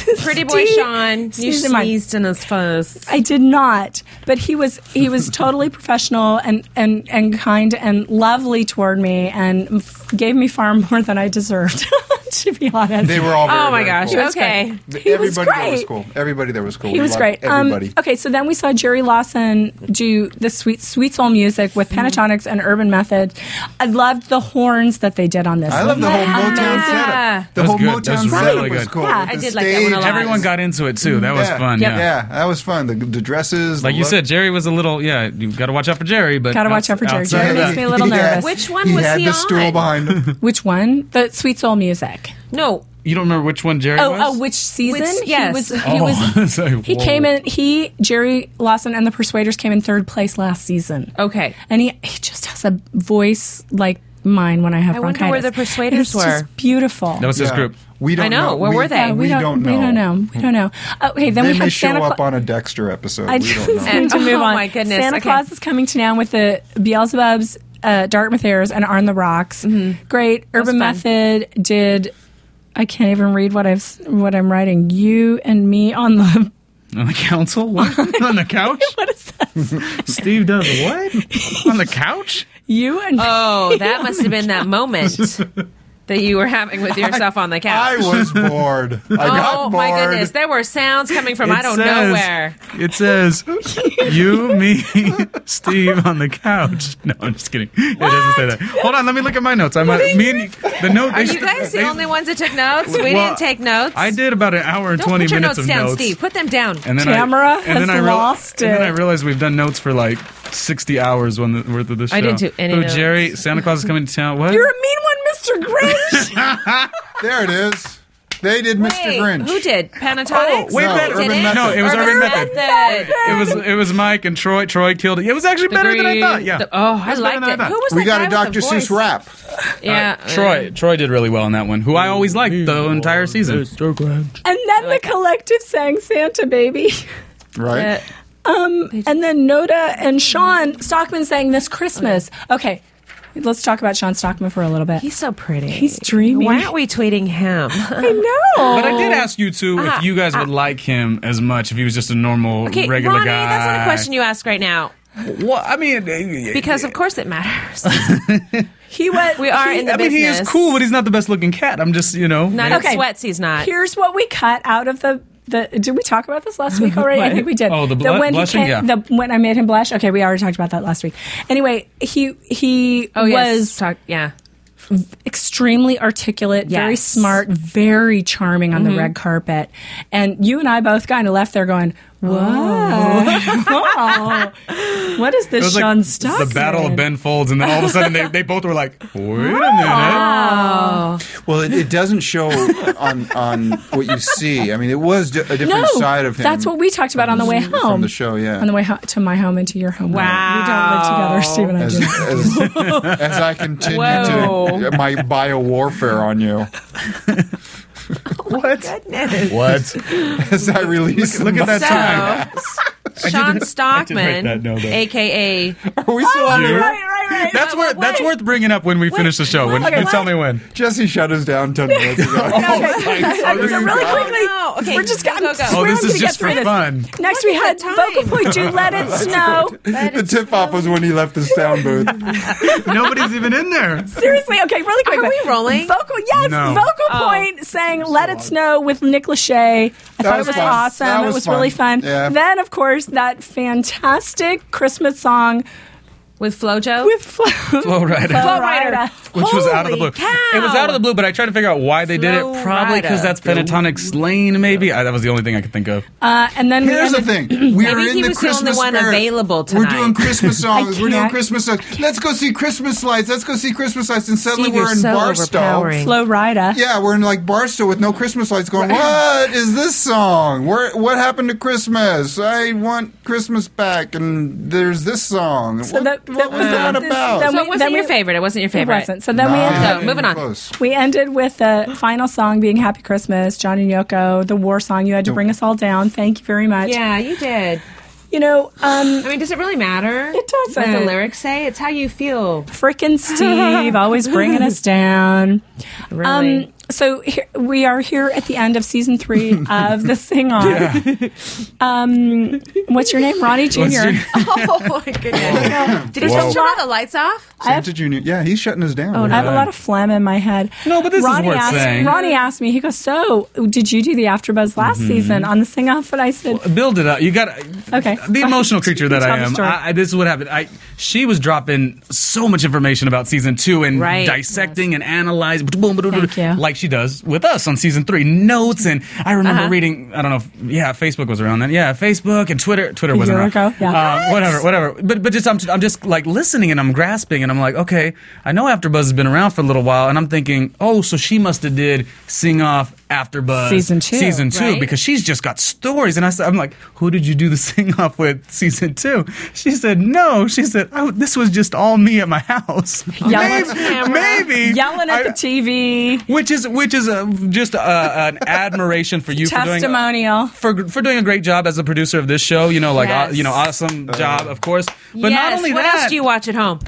Speaker 2: sneeze.
Speaker 15: (laughs) Pretty boy
Speaker 2: Steve
Speaker 15: Sean, you
Speaker 2: in mine.
Speaker 15: sneezed in his face.
Speaker 2: I did not, but he was
Speaker 19: (laughs)
Speaker 2: he was totally professional and and and kind and lovely toward me and f- gave me far more than I deserved. (laughs) to be honest,
Speaker 19: They were all.
Speaker 15: Oh
Speaker 19: Very, very cool.
Speaker 2: He
Speaker 19: everybody
Speaker 2: was great. He was
Speaker 19: there was
Speaker 2: great.
Speaker 19: cool. Everybody there was cool.
Speaker 2: He
Speaker 19: We
Speaker 2: was
Speaker 19: loved
Speaker 2: great. Um,
Speaker 19: Everybody.
Speaker 2: okay, so then we saw Jerry Lawson do the sweet, sweet soul music with
Speaker 15: Mm-hmm.
Speaker 2: Pentatonics and Urban Method. I loved the horns that they did on this.
Speaker 19: I love the whole Motown setup. The
Speaker 6: That was
Speaker 19: whole
Speaker 6: good. That
Speaker 19: Motown
Speaker 6: was
Speaker 19: setup
Speaker 6: really
Speaker 19: was
Speaker 6: good.
Speaker 19: cool.
Speaker 2: Yeah,
Speaker 19: With
Speaker 2: I
Speaker 19: the
Speaker 2: did like that one a
Speaker 19: stage.
Speaker 2: lot.
Speaker 6: Everyone got into it too. That was
Speaker 19: Yeah,
Speaker 6: fun. Yeah.
Speaker 19: yeah, that was fun. The, the dresses,
Speaker 6: Like
Speaker 19: the
Speaker 6: you
Speaker 19: look.
Speaker 6: said, Jerry was a little, yeah, you got to watch out for Jerry, but.
Speaker 2: Gotta watch
Speaker 6: outs-
Speaker 2: out for Jerry.
Speaker 6: outside
Speaker 2: Jerry
Speaker 6: of
Speaker 2: makes
Speaker 6: that-
Speaker 2: me a little
Speaker 6: Yeah.
Speaker 2: nervous.
Speaker 15: Which one was he on?
Speaker 19: behind him.
Speaker 2: (laughs) Which one? The sweet soul music.
Speaker 15: No.
Speaker 6: You don't remember which one Jerry
Speaker 2: oh,
Speaker 6: was?
Speaker 2: oh, which season?
Speaker 15: Which- yes.
Speaker 2: He was. He
Speaker 6: Oh,
Speaker 2: was.
Speaker 6: (laughs) I was like,
Speaker 2: He
Speaker 6: whoa.
Speaker 2: came in. He Jerry Lawson and the Persuaders came in third place last season.
Speaker 15: Okay,
Speaker 2: and he he just has a voice like mine when I have
Speaker 15: I wonder
Speaker 2: bronchitis.
Speaker 15: where the Persuaders
Speaker 2: It's just
Speaker 15: were.
Speaker 2: beautiful.
Speaker 6: That was his group.
Speaker 19: We don't
Speaker 15: I know.
Speaker 19: know.
Speaker 15: Where
Speaker 19: We-
Speaker 15: were they?
Speaker 19: Yeah,
Speaker 2: we
Speaker 19: we don't
Speaker 2: We don't
Speaker 19: know.
Speaker 2: know. We don't know. Okay, then
Speaker 19: they
Speaker 2: we
Speaker 19: may
Speaker 2: had
Speaker 19: show
Speaker 2: Santa
Speaker 19: up
Speaker 2: Claus.
Speaker 19: on a Dexter episode.
Speaker 2: I
Speaker 19: we
Speaker 2: just
Speaker 19: don't know.
Speaker 2: need to
Speaker 15: (laughs) Oh,
Speaker 2: move on.
Speaker 15: my goodness.
Speaker 2: Santa
Speaker 15: Okay.
Speaker 2: Claus is coming to town with the Beelzebubs, uh, Dartmouth Airs, and Arn the Rocks. Great. Urban
Speaker 15: Mm-hmm. was
Speaker 2: Method did. I can't even read what I've s- what I'm writing. You and me on the
Speaker 6: On the council? What?
Speaker 15: (laughs)
Speaker 6: on the couch?
Speaker 2: what is
Speaker 6: that? Steve does what? on the couch?
Speaker 2: you and
Speaker 15: oh, that must have been that moment
Speaker 19: (laughs)
Speaker 15: that you were having with yourself on the
Speaker 19: I
Speaker 15: couch.
Speaker 19: was bored. I
Speaker 15: oh
Speaker 19: got bored.
Speaker 15: my goodness, there were sounds coming from I
Speaker 6: It
Speaker 15: don't know
Speaker 6: says-
Speaker 15: where.
Speaker 6: It says you, me, (laughs) Steve on the couch. (laughs) No, I'm just kidding. It doesn't say that. Hold on, let me look at my notes. I'm uh, me and the note.
Speaker 15: Are
Speaker 6: they
Speaker 15: you
Speaker 6: st-
Speaker 15: guys the
Speaker 6: they-
Speaker 15: only ones that took notes? We
Speaker 6: Well,
Speaker 15: didn't take notes.
Speaker 6: I did about an hour and
Speaker 15: Don't
Speaker 6: twenty
Speaker 15: put your
Speaker 6: minutes
Speaker 15: notes
Speaker 6: of
Speaker 15: down,
Speaker 6: notes.
Speaker 15: Steve. Put them down.
Speaker 6: And then I, and then I real- And then I realized we've done notes for like sixty hours when the, worth of this show.
Speaker 15: I didn't do any
Speaker 6: Oh,
Speaker 15: notes.
Speaker 6: Jerry, Santa Claus is coming to town. What?
Speaker 2: You're a mean one, Mr. Grinch.
Speaker 19: there it is. They did Mr.
Speaker 15: Wait,
Speaker 19: Grinch.
Speaker 15: Who did Pentatonics?
Speaker 19: Oh, wait, No,
Speaker 6: better.
Speaker 15: Did
Speaker 19: Urban Method.
Speaker 6: No, it was
Speaker 15: Urban
Speaker 6: Urban, Method.
Speaker 15: Method.
Speaker 6: It was it was Mike and Troy. Troy killed it. It was actually
Speaker 15: The
Speaker 6: better than I
Speaker 15: green-
Speaker 6: thought. Yeah.
Speaker 15: the- oh, I
Speaker 6: was better
Speaker 15: liked
Speaker 6: than
Speaker 15: it.
Speaker 6: thought. Uh,
Speaker 15: Who was We that got a guy with the Dr. Seuss voice?
Speaker 19: rap.
Speaker 15: Yeah,
Speaker 6: Troy Troy did really well on that one. Who I always liked the entire season.
Speaker 2: and then the collective sang Santa Baby. (laughs)
Speaker 6: Right.
Speaker 2: Um, and then Noda and Sean Stockman sang this Christmas. Okay. let's talk about Sean Stockman for a little bit. He's
Speaker 15: Oh, so pretty.
Speaker 2: He's dreamy.
Speaker 15: Why aren't we tweeting him?
Speaker 2: (laughs) I know.
Speaker 6: But I did ask you two
Speaker 15: Ah,
Speaker 6: if you guys would like him as much if he was just a normal
Speaker 15: Okay,
Speaker 6: Oh, regular
Speaker 15: Ronnie,
Speaker 6: guy.
Speaker 15: that's not a question you ask right now.
Speaker 6: Well, I mean, uh,
Speaker 15: because of course it
Speaker 6: (laughs)
Speaker 15: matters.
Speaker 2: he was.
Speaker 15: We are in the
Speaker 6: I mean,
Speaker 15: business.
Speaker 6: he is cool, but he's not the best looking cat. I'm just, you know.
Speaker 15: Not
Speaker 6: maybe-
Speaker 15: in sweats. He's not.
Speaker 2: Here's what we cut out of the. The, did we talk about this last week already? I
Speaker 15: (laughs) What?
Speaker 2: think we did.
Speaker 6: Oh, the
Speaker 2: blessing.
Speaker 6: blu- blushing? Yeah.
Speaker 2: The, when I made him blush. Okay, we already talked about that last week. Anyway, he he
Speaker 15: Oh,
Speaker 2: was
Speaker 15: yes. Talk- yeah.
Speaker 2: extremely articulate, very
Speaker 15: Yes.
Speaker 2: smart, very charming on
Speaker 15: Mhm.
Speaker 2: the red carpet. And you and I both kind of left there going, "Whoa, Oh.
Speaker 15: (laughs) Oh.
Speaker 2: Whoa. what is
Speaker 6: It
Speaker 2: this,
Speaker 6: was like
Speaker 2: Sean Stockman?"
Speaker 6: the battle of Ben Folds, and then all of a sudden they, they both
Speaker 15: (laughs)
Speaker 6: were like, "Wait a minute!"
Speaker 2: Oh.
Speaker 19: Well, it, it doesn't show on on what you see. I mean, it was d- a different
Speaker 2: no,
Speaker 19: side of him.
Speaker 2: That's what we talked about on the way home.
Speaker 19: from the show. Yeah,
Speaker 2: On the way ho- to my home and to your home. We don't live together, Steve and I.
Speaker 19: As,
Speaker 2: (laughs) do.
Speaker 19: as, as I continue
Speaker 2: Whoa.
Speaker 19: to my biowarfare on you,
Speaker 6: (laughs) What?
Speaker 15: Goodness.
Speaker 19: As I release,
Speaker 6: look at that
Speaker 15: So, Sean
Speaker 19: I did write
Speaker 15: Stockman,
Speaker 19: that down, though.
Speaker 15: aka
Speaker 19: Are we still on the air?
Speaker 2: right,
Speaker 6: that's
Speaker 15: uh,
Speaker 6: worth that's worth bringing up when we finish the show. When,
Speaker 5: what?
Speaker 6: you tell me when. Oh,
Speaker 5: Jesse shut us down ten minutes ago.
Speaker 2: (laughs) so really quickly, we're just
Speaker 15: go,
Speaker 5: Oh,
Speaker 15: go, go.
Speaker 5: this
Speaker 2: scrambling
Speaker 5: is
Speaker 2: to get
Speaker 5: just for
Speaker 2: through this.
Speaker 5: fun.
Speaker 2: Next, we had Vocal Point Dude,
Speaker 19: (laughs)
Speaker 5: (laughs)
Speaker 2: Let It Snow.
Speaker 5: the tip off was when he left the sound booth.
Speaker 15: (laughs)
Speaker 6: Nobody's even in there.
Speaker 2: Seriously, okay, really quick. Are we
Speaker 15: rolling?
Speaker 2: Vocal, yes,
Speaker 5: No.
Speaker 2: Vocal
Speaker 5: Oh.
Speaker 2: Point sang "Let It Snow" with Nick Lachey. I thought
Speaker 5: was
Speaker 2: it was
Speaker 5: fun.
Speaker 2: awesome.
Speaker 5: That
Speaker 2: it
Speaker 5: was
Speaker 2: was really
Speaker 5: fun.
Speaker 2: fun.
Speaker 5: Yeah.
Speaker 2: Then, of course, that fantastic Christmas song
Speaker 15: with FloJo.
Speaker 2: With Flo,
Speaker 6: Flow Rider.
Speaker 2: Flo Rida.
Speaker 6: Which was out of the blue. It was out of the blue, but I tried to figure out why they did
Speaker 2: Flow
Speaker 6: it. Probably because
Speaker 2: Rider.
Speaker 6: that's Pentatonic Lane, maybe. I, that was the only thing I could think of.
Speaker 2: Uh, and then
Speaker 5: Here's
Speaker 2: we
Speaker 5: the
Speaker 15: (clears throat)
Speaker 5: thing: we are
Speaker 15: Maybe
Speaker 5: in
Speaker 15: he
Speaker 5: the
Speaker 15: was the only
Speaker 5: Christmas
Speaker 15: one
Speaker 5: spirit.
Speaker 15: available
Speaker 5: We're
Speaker 15: tonight.
Speaker 5: doing Christmas
Speaker 15: (laughs) I
Speaker 5: songs. We're doing
Speaker 15: can't.
Speaker 5: Christmas songs. Let's go see Christmas lights. Let's go see Christmas lights. And suddenly
Speaker 15: Steve,
Speaker 5: we're
Speaker 15: you're
Speaker 5: in
Speaker 15: so
Speaker 5: Barstow.
Speaker 15: overpowering. Flo
Speaker 2: Rida.
Speaker 5: Yeah, we're in like Barstow with no Christmas lights. Going,
Speaker 15: Right.
Speaker 5: what is this song? Where? What happened to Christmas? I want Christmas back. And there's this song.
Speaker 2: So that, that
Speaker 5: was that about?
Speaker 15: So it wasn't your favorite. It wasn't your favorite.
Speaker 2: It wasn't. So then we
Speaker 15: Nah,
Speaker 2: ended
Speaker 15: not even So, moving on.
Speaker 2: We ended with the final song being "Happy Christmas," John and Yoko, the war song. You had to bring us all down. Thank you very much.
Speaker 15: Yeah, you did.
Speaker 2: You know, um, I
Speaker 15: mean, does it really matter? It
Speaker 2: doesn't.
Speaker 15: What the lyrics say? It's how you feel.
Speaker 2: Frickin'
Speaker 15: (laughs)
Speaker 2: Steve, always bringing us down.
Speaker 15: Really?
Speaker 2: Um, so here, we are here at the end of season three of the Sing On. Um, what's your name, Ronnie Jr.
Speaker 5: What's your-
Speaker 15: (laughs) oh my goodness!
Speaker 5: Did he Whoa. just turn all
Speaker 15: the lights off?
Speaker 5: Santa Junior. Yeah, he's shutting us
Speaker 6: Oh,
Speaker 15: Oh,
Speaker 5: down.
Speaker 2: Oh, I have a lot of phlegm in my head. No, but
Speaker 5: this is worth
Speaker 2: asked,
Speaker 5: saying.
Speaker 2: Ronnie asked me. He goes, "So, did you do the AfterBuzz last
Speaker 6: Mhm.
Speaker 2: season on the Sing Off?" And I said,
Speaker 6: Build it up. You got
Speaker 2: "Okay."
Speaker 6: the
Speaker 2: (laughs)
Speaker 6: emotional creature that
Speaker 2: Tell
Speaker 6: I
Speaker 2: the
Speaker 6: am.
Speaker 2: story.
Speaker 6: I, I- this is what happened. I she was dropping so much information about season two and
Speaker 2: Right.
Speaker 6: dissecting and analyzing, boom, boom, boom,
Speaker 2: Thank you.
Speaker 6: like she does with us on season three. Notes and I remember
Speaker 2: Uh-huh.
Speaker 6: reading. I don't know. if Yeah, Facebook was around then. Yeah, Facebook and Twitter. Twitter
Speaker 2: A
Speaker 6: wasn't
Speaker 2: year
Speaker 6: around.
Speaker 2: ago? Yeah.
Speaker 6: Uh, whatever, whatever. But but just I'm I'm just like listening and I'm grasping and I'm like, okay, I know AfterBuzz has been around for a little while, and I'm thinking, oh, so she must have did sing off AfterBuzz
Speaker 2: Season two,
Speaker 6: season two,
Speaker 2: right?
Speaker 6: because she's just got stories. And I said, I'm like, who did you do the (laughs) sing off with season two? She said, no. She said, oh, this was just all me at
Speaker 2: (laughs)
Speaker 6: my house.
Speaker 2: Yelling at the
Speaker 6: maybe,
Speaker 2: camera.
Speaker 6: maybe
Speaker 2: Yelling at the TV,
Speaker 6: which is which is a, just a, an admiration for you for doing
Speaker 2: testimonial.
Speaker 6: for for doing a great job as a producer of this show. You know, like
Speaker 15: Yes.
Speaker 6: uh, you know, awesome job, of course. But
Speaker 15: yes.
Speaker 6: not only
Speaker 15: what
Speaker 6: that,
Speaker 15: else do you watch at home?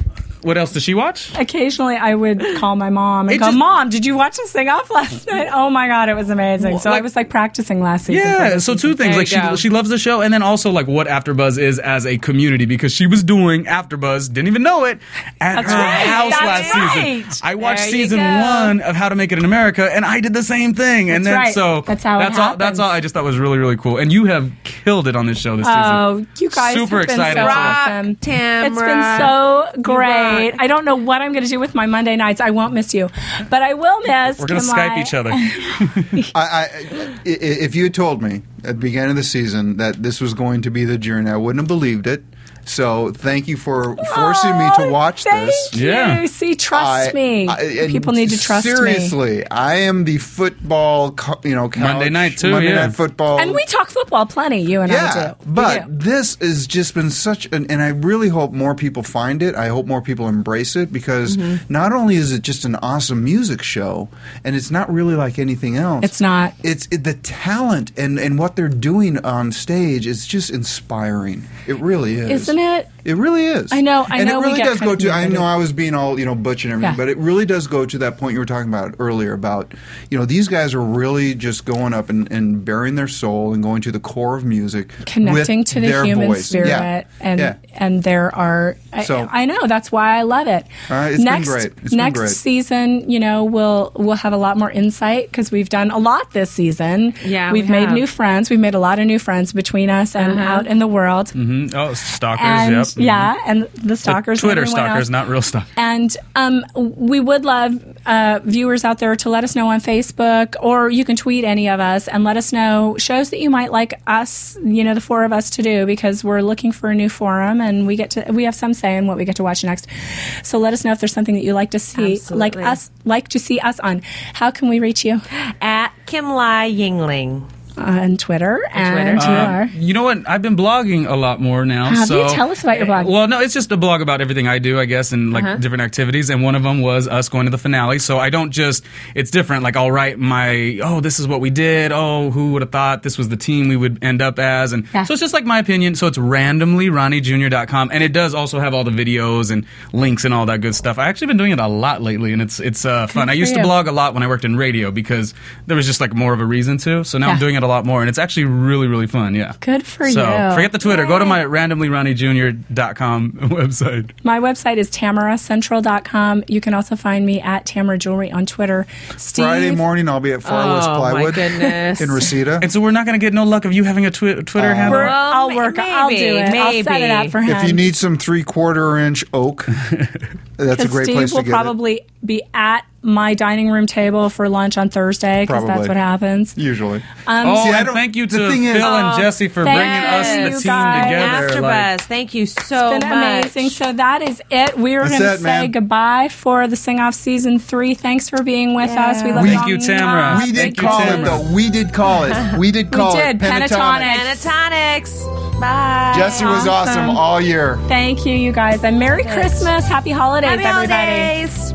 Speaker 6: what else does she watch?
Speaker 2: Occasionally, I would call my mom and
Speaker 6: It
Speaker 2: go,
Speaker 6: just-
Speaker 2: "Mom, did you watch the Sing Off last night? Oh my god, it was amazing!" So I
Speaker 6: Like-
Speaker 2: was like practicing last season.
Speaker 6: Yeah, so two things.
Speaker 2: There
Speaker 6: Like
Speaker 2: you
Speaker 6: she
Speaker 2: go.
Speaker 6: she loves the show, and then also like what AfterBuzz is as a community because she was doing AfterBuzz, didn't even know it, at
Speaker 2: That's
Speaker 6: her
Speaker 2: right,
Speaker 6: house
Speaker 2: that's
Speaker 6: last
Speaker 2: right.
Speaker 6: season. I watched
Speaker 2: There you
Speaker 6: season
Speaker 2: go.
Speaker 6: one of How to Make It in America, and I did the same thing. and
Speaker 2: That's
Speaker 6: then
Speaker 2: right.
Speaker 6: so
Speaker 2: That's how it
Speaker 6: that's all. That's
Speaker 2: happens.
Speaker 6: all. I just thought was really really cool, and you have killed it on this show this
Speaker 2: Oh,
Speaker 6: season.
Speaker 2: you guys
Speaker 6: super
Speaker 2: have been
Speaker 6: excited.
Speaker 2: so
Speaker 6: so-
Speaker 2: awesome. It's been
Speaker 15: Tamra.
Speaker 2: so great. I don't know what I'm going to do with my Monday nights. I won't miss you, but I will miss.
Speaker 5: We're gonna
Speaker 2: Kim
Speaker 5: Skype
Speaker 2: Lai.
Speaker 5: each
Speaker 2: (laughs)
Speaker 5: other. (laughs) I, I, I- if you had told me at the beginning of the season that this was going to be the journey, I wouldn't have believed it. So thank you for forcing me to watch this.
Speaker 2: Oh, Thank You see, trust
Speaker 5: I-
Speaker 2: me.
Speaker 5: I- and
Speaker 2: People need to trust me.
Speaker 5: Seriously, I am the football, co- you know, couch,
Speaker 6: Monday night too,
Speaker 5: Monday
Speaker 6: yeah.
Speaker 5: night football,
Speaker 2: And we talk football plenty. You and I
Speaker 5: yeah,
Speaker 2: do. We
Speaker 5: but
Speaker 2: do.
Speaker 5: this has just been such an, and I really hope more people find it. I hope more people embrace it because
Speaker 2: Mhm.
Speaker 5: not only is it just an awesome music show, and it's not really like anything else.
Speaker 2: It's not.
Speaker 5: It's it, the talent and and what they're doing on stage is just inspiring. It really is,
Speaker 2: Isn't it?
Speaker 5: It really is.
Speaker 2: I know- I
Speaker 5: and
Speaker 2: know
Speaker 5: It
Speaker 2: we
Speaker 5: really
Speaker 2: get
Speaker 5: does
Speaker 2: kind
Speaker 5: go
Speaker 2: of
Speaker 5: to. I
Speaker 2: negative.
Speaker 5: know I was being all you know butch and everything,
Speaker 2: Yeah.
Speaker 5: but it really does go to that point you were talking about earlier about you know these guys are really just going up and, and burying their soul and going to the core of music,
Speaker 2: connecting
Speaker 5: with
Speaker 2: to the
Speaker 5: their
Speaker 2: human
Speaker 5: voice.
Speaker 2: spirit
Speaker 5: Yeah.
Speaker 2: and
Speaker 5: Yeah.
Speaker 2: and there are I,
Speaker 5: So-
Speaker 2: I know that's why I love it.
Speaker 5: Uh, it's been
Speaker 2: next
Speaker 5: great. It's been
Speaker 2: next
Speaker 5: great.
Speaker 2: season, you know, we'll we'll have a lot more insight cuz we've done a lot this season.
Speaker 15: Yeah,
Speaker 2: we've
Speaker 15: we
Speaker 2: made
Speaker 15: have.
Speaker 2: new friends. We've made a lot of new friends between us and
Speaker 15: Uh-huh.
Speaker 2: out in the world.
Speaker 6: hmm Oh, stalkers.
Speaker 2: And
Speaker 6: yep. mm-hmm.
Speaker 2: yeah, and the stalkers, and
Speaker 6: Twitter
Speaker 2: everyone
Speaker 6: stalkers,
Speaker 2: else.
Speaker 6: not real stalkers.
Speaker 2: And um, we would love uh, viewers out there to let us know on Facebook, or you can tweet any of us and let us know shows that you might like us, you know, the four of us to do because we're looking for a new forum and we get to we have some say in what we get to watch next. So let us know if there's something that you like to see, like
Speaker 15: Absolutely.
Speaker 2: us, like to see us on. How can we reach you?
Speaker 15: At Kim Lai Yingling.
Speaker 2: on Twitter, and you
Speaker 6: Uh,
Speaker 2: are.
Speaker 6: you know what? I've been blogging a lot more now.
Speaker 2: Have
Speaker 6: so
Speaker 2: you? Tell us about your blog.
Speaker 6: Well, no, it's just a blog about everything I do, I guess, and like
Speaker 2: Uh-huh.
Speaker 6: different activities. And one of them was us going to the finale. So I don't just, it's different. Like I'll write my, oh, this is what we did. Oh, who would have thought this was the team we would end up as? And so it's just like my opinion. So it's randomly ronniejr.com. And it does also have all the videos and links and all that good stuff. I actually been doing it a lot lately and it's, it's uh, fun. I
Speaker 9: for
Speaker 6: used to
Speaker 9: you.
Speaker 6: blog a lot when I worked in radio because there was just like more of a reason to. So now I'm
Speaker 2: Yeah.
Speaker 6: doing it a lot more and it's actually really, really fun. Yeah.
Speaker 2: Good for
Speaker 6: so,
Speaker 2: you.
Speaker 6: forget the Twitter. Go to my randomlyronniejr.com (laughs) website.
Speaker 2: My website is tamaracentral.com. You can also find me at Tamara Jewelry on Twitter. Steve,
Speaker 5: Friday morning, I'll be at Far West
Speaker 2: Oh, my
Speaker 5: Plywood
Speaker 2: goodness. Uh,
Speaker 5: in Reseda.
Speaker 6: And so we're not going to get no luck of you having a twi- Twitter handle.
Speaker 2: We're- I'll work. I'll do it. I'll set it up for him.
Speaker 5: If you need some three quarter inch
Speaker 2: (laughs)
Speaker 5: oak, that's a
Speaker 2: 'Cause
Speaker 5: great
Speaker 2: Steve
Speaker 5: place to
Speaker 2: will
Speaker 5: get it.
Speaker 2: probably be at my dining room table for lunch on Thursday because that's
Speaker 5: Probably.
Speaker 2: what happens.
Speaker 5: Usually.
Speaker 2: Um,
Speaker 6: oh,
Speaker 2: See, I
Speaker 6: and
Speaker 2: don't-
Speaker 6: thank you
Speaker 5: the
Speaker 6: to Phil
Speaker 5: thing is-
Speaker 6: and
Speaker 5: Oh,
Speaker 6: Jesse for
Speaker 2: thank
Speaker 6: bringing us the
Speaker 2: you
Speaker 6: team
Speaker 2: guys.
Speaker 6: together.
Speaker 15: AfterBuzz, thank you so
Speaker 2: it's been
Speaker 15: much.
Speaker 2: amazing. So that is it. We are
Speaker 6: That's
Speaker 2: going to
Speaker 6: it,
Speaker 2: say
Speaker 6: man.
Speaker 2: goodbye for the Sing Off Season 3. Thanks for being with us. We love
Speaker 5: We-
Speaker 2: all you up.
Speaker 5: We did
Speaker 2: Thank you,
Speaker 5: call it,
Speaker 2: Tamara.
Speaker 5: though. We did call
Speaker 2: (laughs)
Speaker 5: it. We did call
Speaker 2: we
Speaker 5: it.
Speaker 2: did. Pentatonics.
Speaker 15: Pentatonics. Bye.
Speaker 5: Jesse was awesome all year.
Speaker 2: Thank you, you guys. And Merry Christmas. Happy holidays,
Speaker 15: Happy
Speaker 2: everybody.
Speaker 15: holidays.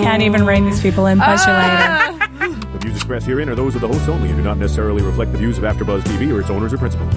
Speaker 2: can't even rein these people in. Buzz you
Speaker 15: Oh.
Speaker 2: later.
Speaker 20: The views expressed herein are those of the hosts only and do not necessarily reflect the views of AfterBuzz TV or its owners or principals.